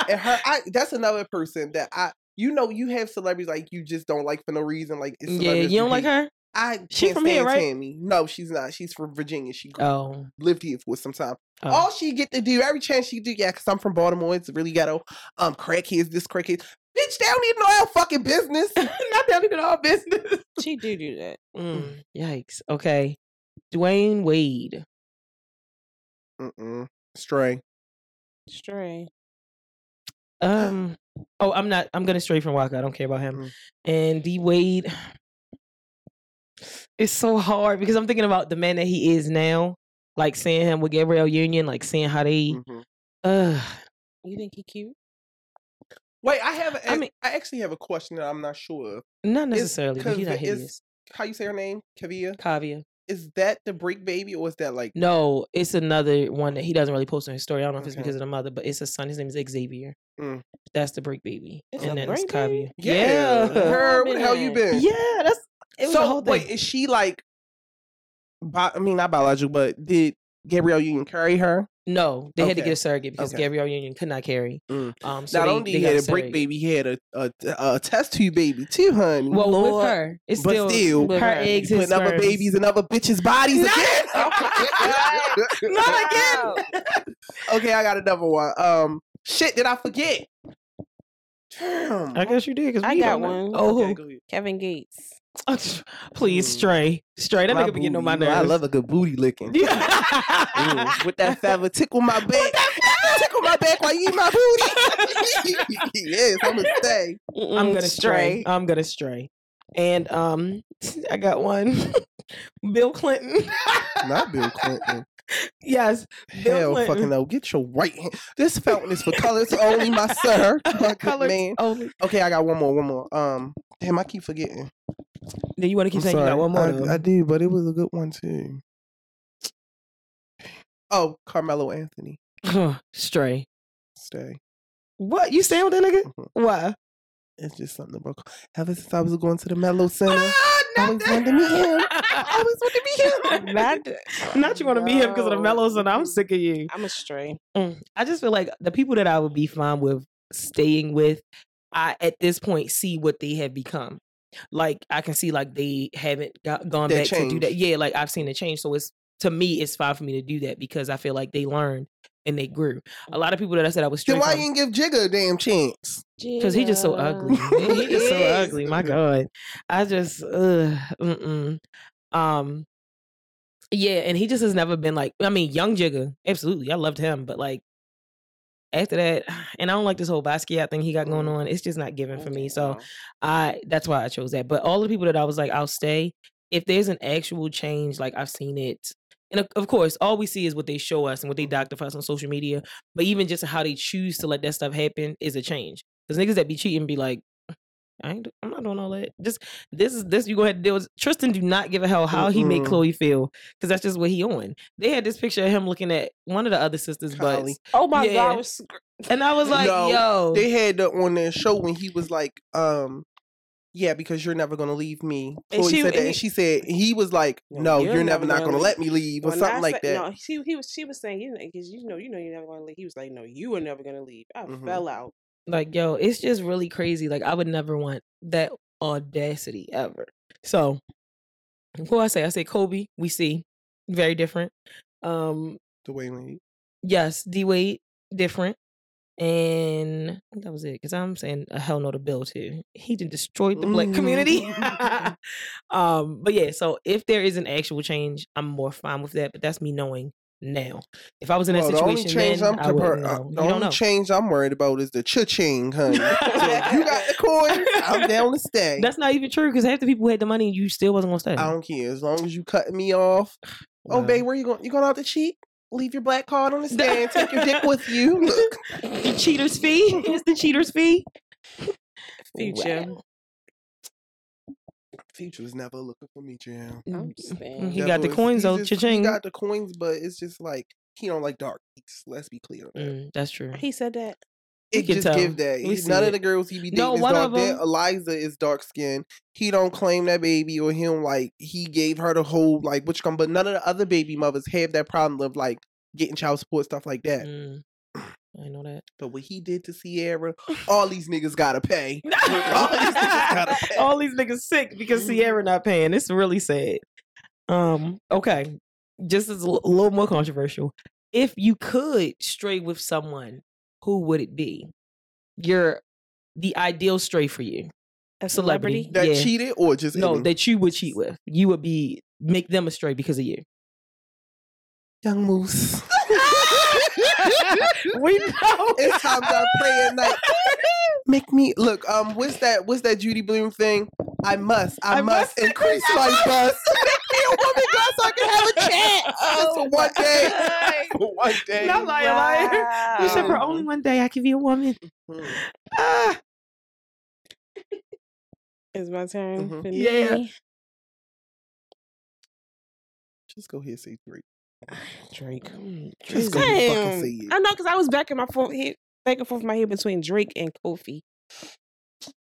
[SPEAKER 1] and her I, that's another person that I you know you have celebrities like you just don't like for no reason like it's
[SPEAKER 3] yeah,
[SPEAKER 1] celebrities
[SPEAKER 3] you don't like
[SPEAKER 1] hate.
[SPEAKER 3] her?
[SPEAKER 1] I
[SPEAKER 3] She
[SPEAKER 1] can't
[SPEAKER 3] from here,
[SPEAKER 1] stand
[SPEAKER 3] right?
[SPEAKER 1] Tammy. No, she's not. She's from Virginia. She grew-
[SPEAKER 3] Oh.
[SPEAKER 1] lived here for some time.
[SPEAKER 3] oh.
[SPEAKER 1] All she get to do every chance she do yeah, cause I'm from Baltimore. It's really ghetto. Um, crackheads, this crackhead. Bitch, they don't even know our fucking business. [laughs]
[SPEAKER 3] Not down to all business.
[SPEAKER 2] She do do that.
[SPEAKER 3] Mm, yikes. Okay. Dwayne Wade.
[SPEAKER 1] Mm-mm. Stray.
[SPEAKER 2] Stray.
[SPEAKER 3] Um. Oh, I'm not. I'm gonna stray from Waka. I don't care about him.
[SPEAKER 1] Mm.
[SPEAKER 3] And D Wade. [sighs] It's so hard because I'm thinking about the man that he is now, like seeing him with Gabrielle Union, like seeing how they.
[SPEAKER 1] Mhm.
[SPEAKER 3] Ugh.
[SPEAKER 2] You think he cute?
[SPEAKER 1] Wait, I have. A,
[SPEAKER 3] I
[SPEAKER 1] I
[SPEAKER 3] mean-
[SPEAKER 1] I actually have a question that I'm not sure of.
[SPEAKER 3] Not necessarily, but
[SPEAKER 1] cause
[SPEAKER 3] he's not
[SPEAKER 1] it is-
[SPEAKER 3] hideous.
[SPEAKER 1] How you say her name? Kavia.
[SPEAKER 3] Kavia.
[SPEAKER 1] Is that the break baby, or is that like?
[SPEAKER 3] No, it's another one that he doesn't really post on his story. I don't know if it's
[SPEAKER 1] Okay.
[SPEAKER 3] because of the mother, but it's a son. His name is Xavier.
[SPEAKER 1] Mm.
[SPEAKER 3] That's the break baby.
[SPEAKER 2] It's
[SPEAKER 3] and
[SPEAKER 2] a
[SPEAKER 3] then
[SPEAKER 2] break
[SPEAKER 3] it's Kavia.
[SPEAKER 2] baby?
[SPEAKER 3] Yeah. [laughs] Yeah.
[SPEAKER 1] Her. Where the hell you been?
[SPEAKER 3] that's it was
[SPEAKER 1] so
[SPEAKER 3] the whole thing.
[SPEAKER 1] wait, is she like? Bi- I mean, not biological, but did Gabrielle Union carry her?
[SPEAKER 3] no, they had to get
[SPEAKER 1] Okay.
[SPEAKER 3] a surrogate because
[SPEAKER 1] Okay.
[SPEAKER 3] Gabrielle Union could not carry.
[SPEAKER 1] Mm.
[SPEAKER 3] Um so
[SPEAKER 1] not
[SPEAKER 3] they,
[SPEAKER 1] only
[SPEAKER 3] they
[SPEAKER 1] he
[SPEAKER 3] got
[SPEAKER 1] had a
[SPEAKER 3] surrogate.
[SPEAKER 1] break baby, he had a a, a test tube baby too, honey.
[SPEAKER 3] Well
[SPEAKER 1] Lord.
[SPEAKER 3] with her. It's
[SPEAKER 1] but
[SPEAKER 3] still,
[SPEAKER 1] still,
[SPEAKER 3] her,
[SPEAKER 2] with her.
[SPEAKER 1] [laughs]
[SPEAKER 3] eggs
[SPEAKER 1] You
[SPEAKER 3] his
[SPEAKER 1] putting other
[SPEAKER 3] sperms.
[SPEAKER 1] babies in other bitches' bodies
[SPEAKER 3] No.
[SPEAKER 1] again.
[SPEAKER 3] [laughs] Not again.
[SPEAKER 1] [laughs] okay, I got another one. Um, shit, did I forget? Damn.
[SPEAKER 3] I guess you did because
[SPEAKER 2] I got one.
[SPEAKER 3] Oh,
[SPEAKER 1] Okay, go
[SPEAKER 3] [laughs]
[SPEAKER 1] ahead.
[SPEAKER 2] Kevin Gates.
[SPEAKER 3] please,
[SPEAKER 1] Mm.
[SPEAKER 3] stray, stray. That
[SPEAKER 1] My
[SPEAKER 3] nigga be getting
[SPEAKER 1] booty,
[SPEAKER 3] on my
[SPEAKER 1] you know, I
[SPEAKER 3] nerves. [laughs]
[SPEAKER 1] love a good booty licking. Mm, with that feather, tickle my back. tickle my back while you eat my
[SPEAKER 3] [laughs]
[SPEAKER 1] booty. [laughs] yes, I'm gonna stay.
[SPEAKER 3] I'm
[SPEAKER 1] [laughs]
[SPEAKER 3] gonna stray. I'm gonna stray. And um, [laughs] I got one. [laughs] Bill Clinton. [laughs]
[SPEAKER 1] Not Bill Clinton.
[SPEAKER 3] yes, Bill
[SPEAKER 1] Hell
[SPEAKER 3] Clinton. [laughs]
[SPEAKER 1] fucking no. Get your white hand. This fountain is for colors only, my sir. [laughs] Fuck
[SPEAKER 3] Colors
[SPEAKER 1] man.
[SPEAKER 3] only.
[SPEAKER 1] Okay, I got one more, one more. Um, damn, I keep forgetting.
[SPEAKER 3] Then you want to keep
[SPEAKER 1] I'm
[SPEAKER 3] saying you got
[SPEAKER 1] sorry.
[SPEAKER 3] one more.
[SPEAKER 1] I, I
[SPEAKER 3] though.
[SPEAKER 1] did, but it was a good one too. Oh, Carmelo Anthony.
[SPEAKER 3] stray.
[SPEAKER 1] Stay.
[SPEAKER 3] What you staying with that nigga?
[SPEAKER 1] Mhm.
[SPEAKER 3] Why?
[SPEAKER 1] It's just something about ever since I was going to the Mellow Center.
[SPEAKER 3] Ah,
[SPEAKER 1] I
[SPEAKER 3] not
[SPEAKER 1] always
[SPEAKER 3] that-
[SPEAKER 1] wanted to meet him.
[SPEAKER 3] I
[SPEAKER 1] Oh, I always wanted to meet
[SPEAKER 2] [laughs]
[SPEAKER 1] him.
[SPEAKER 2] Not,
[SPEAKER 3] [laughs] Not you want to meet him because of the mellows, and I'm sick of you.
[SPEAKER 2] I'm a stray.
[SPEAKER 3] Mm, I just feel like the people that I would be fine with staying with, I at this point see what they have become. Like I can see like they haven't got, gone
[SPEAKER 1] Their
[SPEAKER 3] back to do that.
[SPEAKER 1] change.
[SPEAKER 3] Yeah, like I've seen the change. So it's to me, it's fine for me to do that because I feel like they learned and they grew. A lot of people that I said I was
[SPEAKER 1] Then
[SPEAKER 3] straight
[SPEAKER 1] why you didn't give Jigga a damn chance?
[SPEAKER 3] because he just so ugly. he just so
[SPEAKER 1] Yes.
[SPEAKER 3] ugly. My God, I just ugh, mm-mm. um. Yeah, and he just has never been like. I mean, young Jigga, absolutely, I loved him, but like after that, [sighs] and I don't like this whole Basquiat thing he got going
[SPEAKER 1] Mm.
[SPEAKER 3] on. It's just not giving for me. So I that's why I chose that. But all the people that I was like, I'll stay. If there's an actual change, like I've seen it, and of- of course, all we see is what they show us and what they doctor for us on social media. But even just how they choose to let that stuff happen is a change. Because niggas that be cheating be like, I ain't, I'm not doing all that. Just this is this you go ahead and deal with. Tristan do not give a hell how he make
[SPEAKER 1] Mm-mm.
[SPEAKER 3] Chloe feel because that's just what he on. They had this picture of him looking at one of the other sisters'
[SPEAKER 1] Kylie.
[SPEAKER 3] butts,
[SPEAKER 2] Oh my
[SPEAKER 3] Yeah.
[SPEAKER 2] god, it was
[SPEAKER 3] and I was like,
[SPEAKER 1] No,
[SPEAKER 3] yo,
[SPEAKER 1] They had that on their show when he was like, um, yeah, because you're never gonna leave me.
[SPEAKER 2] And
[SPEAKER 1] Chloe
[SPEAKER 2] she-
[SPEAKER 1] said that,
[SPEAKER 2] and
[SPEAKER 1] and
[SPEAKER 2] he-
[SPEAKER 1] she said he was like,
[SPEAKER 3] No,
[SPEAKER 1] "No,
[SPEAKER 3] you're
[SPEAKER 1] you're, never,
[SPEAKER 3] never
[SPEAKER 1] not
[SPEAKER 3] gonna
[SPEAKER 1] gonna
[SPEAKER 3] leave
[SPEAKER 1] let me leave," or
[SPEAKER 2] When I
[SPEAKER 1] something like
[SPEAKER 2] said-
[SPEAKER 1] that.
[SPEAKER 2] No, she he was she was saying you because you know you know you're never gonna leave. He was like, no, you were never gonna leave. I
[SPEAKER 1] Mhm.
[SPEAKER 2] fell out.
[SPEAKER 3] like yo, it's just really crazy. Like I would never want that audacity ever. So, who I say? I say Kobe. We see very different. Um,
[SPEAKER 1] The way we-
[SPEAKER 3] yes, D Wade different. And I think that was it because I'm saying a hell no to Bill too. He did destroyed the black community.
[SPEAKER 1] Mm. [laughs]
[SPEAKER 3] [laughs] um, but yeah, so if there is an actual change, I'm more fine with that. But that's me knowing now. If I was in that
[SPEAKER 1] Well, the only
[SPEAKER 3] situation,
[SPEAKER 1] change I'm
[SPEAKER 3] then I
[SPEAKER 1] compar-
[SPEAKER 3] wouldn't
[SPEAKER 1] uh,
[SPEAKER 3] know.
[SPEAKER 1] the
[SPEAKER 3] you
[SPEAKER 1] only
[SPEAKER 3] don't know.
[SPEAKER 1] change I'm worried about is the cha-ching,
[SPEAKER 3] [laughs]
[SPEAKER 1] honey. so if you got the coin, I'm down to stay.
[SPEAKER 3] that's not even true because half the people who had the money and you still wasn't gonna stay.
[SPEAKER 1] I don't care as long as you cut me off. Oh,
[SPEAKER 3] Wow.
[SPEAKER 1] babe, where you going? You going out to cheat? Leave your black card on the stand. take your dick with [laughs] you.
[SPEAKER 3] [laughs]
[SPEAKER 1] Look,
[SPEAKER 3] the cheater's fee. It's the cheater's fee.
[SPEAKER 2] Future.
[SPEAKER 3] Wow.
[SPEAKER 1] future was never looking for me, Jam.
[SPEAKER 2] I'm
[SPEAKER 3] Mm,
[SPEAKER 2] saying.
[SPEAKER 3] He
[SPEAKER 1] That
[SPEAKER 3] got the
[SPEAKER 1] was-
[SPEAKER 3] coins
[SPEAKER 1] he
[SPEAKER 3] though.
[SPEAKER 1] just-
[SPEAKER 3] Cha-ching.
[SPEAKER 1] He got the coins, but it's just like he don't like dark geeks. Let's be clear. on that.
[SPEAKER 3] Mm, that's true.
[SPEAKER 2] He said that.
[SPEAKER 3] we
[SPEAKER 1] It
[SPEAKER 3] can
[SPEAKER 1] just
[SPEAKER 3] tell.
[SPEAKER 1] give that.
[SPEAKER 3] We
[SPEAKER 1] He-
[SPEAKER 3] see
[SPEAKER 1] none
[SPEAKER 3] it.
[SPEAKER 1] of the girls he be dating
[SPEAKER 3] No,
[SPEAKER 1] is
[SPEAKER 3] one
[SPEAKER 1] dark.
[SPEAKER 3] of
[SPEAKER 1] That
[SPEAKER 3] 'em-
[SPEAKER 1] Eliza is dark skinned. He don't claim that baby or him like he gave her the whole like what you come. But none of the other baby mothers have that problem of like getting child support stuff like that.
[SPEAKER 3] Mm, I know that.
[SPEAKER 1] But what he did to Sierra, all these niggas gotta
[SPEAKER 3] [laughs]
[SPEAKER 1] pay. All these niggas gotta pay.
[SPEAKER 3] All these niggas sick because Sierra not paying. It's really sad. Um, okay. Just as a l- little more controversial. If you could stray with someone, who would it be? You're the ideal stray for you.
[SPEAKER 2] A
[SPEAKER 3] Celebrity.
[SPEAKER 2] celebrity.
[SPEAKER 1] That
[SPEAKER 3] Yeah.
[SPEAKER 1] cheated or just
[SPEAKER 3] No,
[SPEAKER 1] any?
[SPEAKER 3] that you would cheat with. You would be make them a stray because
[SPEAKER 1] [laughs]
[SPEAKER 3] of you. [laughs]
[SPEAKER 1] young moose.
[SPEAKER 3] we know
[SPEAKER 1] it's time to pray at [laughs] night. Make me look. Um, what's that? What's that Judy Bloom thing? I must. I,
[SPEAKER 3] I
[SPEAKER 1] must,
[SPEAKER 3] must-
[SPEAKER 1] increase my bus. [laughs] Make me a woman, God, so I can have [laughs] a chat. Oh, one day.
[SPEAKER 3] [laughs]
[SPEAKER 1] For one day.
[SPEAKER 3] No, like- Liar, liar.
[SPEAKER 1] said for
[SPEAKER 2] Wow.
[SPEAKER 1] only
[SPEAKER 3] one day I can be a woman.
[SPEAKER 1] Hmm.
[SPEAKER 2] It's my turn.
[SPEAKER 1] Mhm.
[SPEAKER 2] for
[SPEAKER 3] Mm-hmm. Yeah.
[SPEAKER 2] me.
[SPEAKER 1] Just go ahead and say three.
[SPEAKER 3] Drake.
[SPEAKER 1] Just go ahead and fucking
[SPEAKER 2] Damn.
[SPEAKER 1] say it.
[SPEAKER 2] I know because I was back in my phone head, back and forth in my head between Drake and Kofi.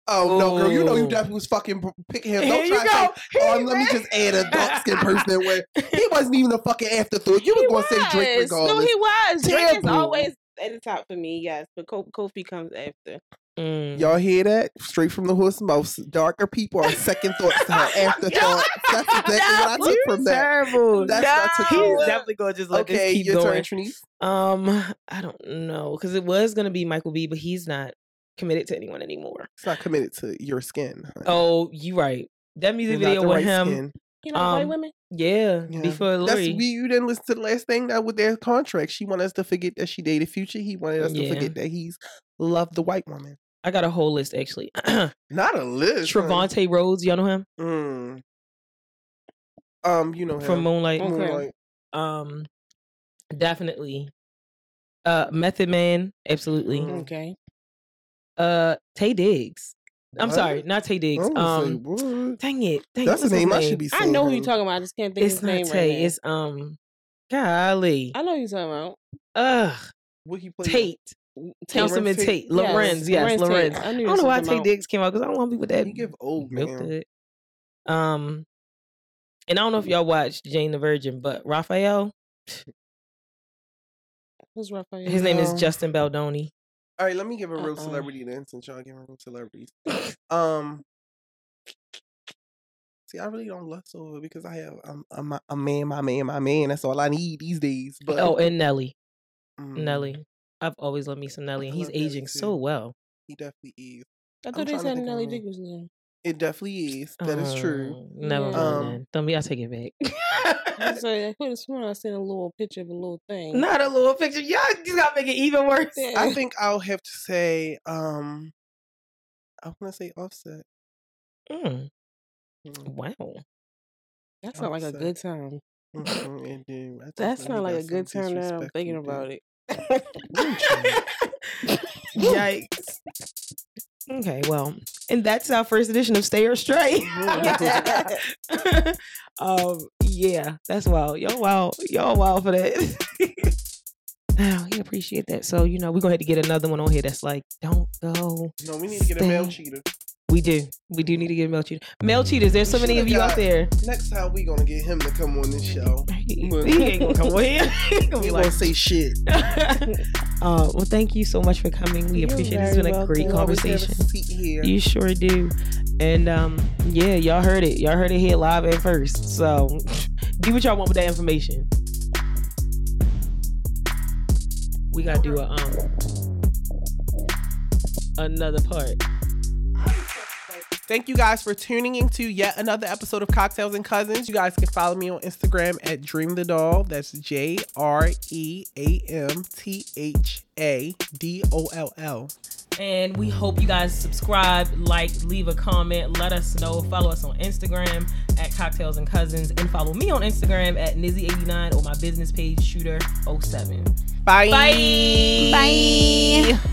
[SPEAKER 1] Oh no, girl, you know you
[SPEAKER 3] Ooh.
[SPEAKER 1] definitely was fucking p- picking him.
[SPEAKER 3] Here
[SPEAKER 1] Don't
[SPEAKER 3] you
[SPEAKER 1] try to say,
[SPEAKER 3] go. Here
[SPEAKER 1] oh,
[SPEAKER 3] you
[SPEAKER 1] let me
[SPEAKER 3] go.
[SPEAKER 1] just add a dark skinned person that way. [laughs] He wasn't even a fucking afterthought. You was gonna say Drake
[SPEAKER 2] was.
[SPEAKER 1] regardless.
[SPEAKER 2] No, he was. Drake is
[SPEAKER 1] Terrible.
[SPEAKER 2] always at the top for me. Yes, but Ko- Kofi comes after.
[SPEAKER 3] Mm.
[SPEAKER 1] Y'all hear that? Straight from the horse mouth. Darker people are second thoughts to
[SPEAKER 2] [laughs]
[SPEAKER 1] her afterthoughts. That's exactly what I took
[SPEAKER 3] You're
[SPEAKER 1] from that.
[SPEAKER 3] terrible.
[SPEAKER 1] That's what I took from
[SPEAKER 3] He's
[SPEAKER 1] that.
[SPEAKER 3] definitely gonna just let
[SPEAKER 1] okay,
[SPEAKER 3] this keep
[SPEAKER 1] your
[SPEAKER 3] going.
[SPEAKER 1] turn, Trinise.
[SPEAKER 3] Um, I don't know because it was gonna be Michael B, but he's not committed to anyone anymore.
[SPEAKER 1] It's not committed to your skin. honey.
[SPEAKER 3] Oh, you right. That music
[SPEAKER 1] You're not
[SPEAKER 3] video
[SPEAKER 1] the
[SPEAKER 3] with
[SPEAKER 1] right
[SPEAKER 3] him,
[SPEAKER 1] skin.
[SPEAKER 2] You know, white
[SPEAKER 3] Um,
[SPEAKER 2] women.
[SPEAKER 3] yeah,
[SPEAKER 1] Yeah.
[SPEAKER 3] before
[SPEAKER 1] That's
[SPEAKER 3] Lori.
[SPEAKER 1] we. You didn't listen to the last thing that with their contract. She wanted us to forget that she dated Future. He wanted us
[SPEAKER 3] Yeah.
[SPEAKER 1] to forget that he's loved the white woman.
[SPEAKER 3] I got a whole list actually. [clears throat]
[SPEAKER 1] Not a list. honey.
[SPEAKER 3] Travante Rhodes, y'all know him
[SPEAKER 1] Mm. Um, you know him.
[SPEAKER 3] from Moonlight.
[SPEAKER 2] Okay.
[SPEAKER 1] Moonlight.
[SPEAKER 3] Um, definitely. Uh, Method Man, absolutely.
[SPEAKER 1] Mhm.
[SPEAKER 2] Okay.
[SPEAKER 3] Uh, Tay Diggs. I'm
[SPEAKER 1] What?
[SPEAKER 3] sorry, not Tay
[SPEAKER 1] I
[SPEAKER 3] Diggs.
[SPEAKER 1] was gonna say,
[SPEAKER 3] Um,
[SPEAKER 1] what?
[SPEAKER 3] dang it, dang
[SPEAKER 1] That's
[SPEAKER 3] it,
[SPEAKER 1] the
[SPEAKER 3] what's his
[SPEAKER 1] name I should be saying.
[SPEAKER 2] I know who
[SPEAKER 1] honey.
[SPEAKER 2] you're talking about. I just can't think
[SPEAKER 3] It's
[SPEAKER 2] of his
[SPEAKER 3] not
[SPEAKER 2] name
[SPEAKER 3] Tay.
[SPEAKER 2] right now.
[SPEAKER 3] it's um, golly,
[SPEAKER 2] I know who you're talking about.
[SPEAKER 3] ugh,
[SPEAKER 1] What he played.
[SPEAKER 3] Tate, Councilman
[SPEAKER 1] Tate?
[SPEAKER 3] Tate, Lorenz, yes,
[SPEAKER 2] Tate.
[SPEAKER 3] Lorenz.
[SPEAKER 2] I, knew
[SPEAKER 3] I don't know why Tay
[SPEAKER 2] Tate
[SPEAKER 3] Diggs came out because I don't want to be with that
[SPEAKER 1] You give old man.
[SPEAKER 3] milk. Um, and I don't know if y'all watched Jane the Virgin, but Raphael,
[SPEAKER 2] Who's Raphael?
[SPEAKER 3] his name is
[SPEAKER 1] No.
[SPEAKER 3] Justin Baldoni.
[SPEAKER 1] All right, let me give a real
[SPEAKER 2] Uh-uh.
[SPEAKER 1] celebrity then, since y'all giving real celebrities. um, see, I really don't lust over it because I have um, a, ma- a man, my man, my man. That's all I need these days. But
[SPEAKER 3] Oh, and Nelly,
[SPEAKER 1] mm,
[SPEAKER 3] Nelly. I've always loved me some Nelly, and
[SPEAKER 1] I
[SPEAKER 3] he's
[SPEAKER 1] love Nelly
[SPEAKER 3] aging so
[SPEAKER 1] too.
[SPEAKER 3] well.
[SPEAKER 1] he definitely is.
[SPEAKER 2] I
[SPEAKER 1] I'm
[SPEAKER 2] thought they
[SPEAKER 1] trying to
[SPEAKER 2] said
[SPEAKER 1] think of
[SPEAKER 2] Nelly
[SPEAKER 1] her name.
[SPEAKER 2] Digger's name.
[SPEAKER 1] It definitely is. That is true.
[SPEAKER 3] Oh, Never mind.
[SPEAKER 1] Um,
[SPEAKER 3] then. Don't be. I take it
[SPEAKER 2] I
[SPEAKER 3] [laughs] back.
[SPEAKER 2] said, I could have sworn I seen a little picture of a little thing.
[SPEAKER 3] [laughs] Not a little picture. Y'all just gotta make it even worse.
[SPEAKER 2] Uh, Yeah.
[SPEAKER 1] I think I'll have to say. um I want to say Offset.
[SPEAKER 3] Mm,
[SPEAKER 1] Mm,
[SPEAKER 3] [laughs] wow.
[SPEAKER 2] That sounds like a
[SPEAKER 1] Upset.
[SPEAKER 2] good time.
[SPEAKER 1] mhm, and then I just know
[SPEAKER 2] That
[SPEAKER 1] he
[SPEAKER 2] sounds like
[SPEAKER 1] got
[SPEAKER 2] a good
[SPEAKER 1] some
[SPEAKER 2] time now I'm thinking
[SPEAKER 1] disrespectful
[SPEAKER 2] about it.
[SPEAKER 1] dude.
[SPEAKER 3] Yikes. Okay, well, and that's our first edition of Stay or [laughs]
[SPEAKER 1] [laughs]
[SPEAKER 3] Straight.
[SPEAKER 2] [laughs]
[SPEAKER 3] um, yeah, that's wild. Y'all wild. Y'all wild for that. [laughs] oh, we appreciate that. So, you know, we're gonna have to get another one on here that's like, don't go.
[SPEAKER 1] No, we need to get a
[SPEAKER 2] [laughs]
[SPEAKER 1] male
[SPEAKER 3] Stay.
[SPEAKER 1] cheater.
[SPEAKER 3] We do. We do need to get male cheaters. Male cheaters, there's so many of you out there.
[SPEAKER 1] Next time we gonna get him to come on this show.
[SPEAKER 3] [laughs] He ain't gonna come on here. [laughs] He gonna
[SPEAKER 1] He
[SPEAKER 3] be
[SPEAKER 1] won't
[SPEAKER 3] like,
[SPEAKER 1] say shit.
[SPEAKER 3] [laughs] uh, well, thank you so much for coming. We
[SPEAKER 2] You're
[SPEAKER 3] appreciate it. It's
[SPEAKER 2] very
[SPEAKER 3] been a great
[SPEAKER 2] welcome.
[SPEAKER 1] We'll always have a
[SPEAKER 3] conversation.
[SPEAKER 1] seat here.
[SPEAKER 3] You sure do. And um, yeah, y'all heard it. Y'all heard it here live at first. So [laughs] do what y'all want with that information. We gotta do a um another part.
[SPEAKER 1] Thank you guys for tuning into yet another episode of Cocktails and Cousins. You guys can follow me on Instagram at Dream the Doll. That's J R E A M T H A D O L L.
[SPEAKER 3] And we hope you guys subscribe, like, leave a comment, let us know. Follow us on Instagram at Cocktails and Cousins, and follow me on Instagram at oh Nizzy89 or my business page Shooter07.
[SPEAKER 1] Bye.
[SPEAKER 3] Bye. Bye.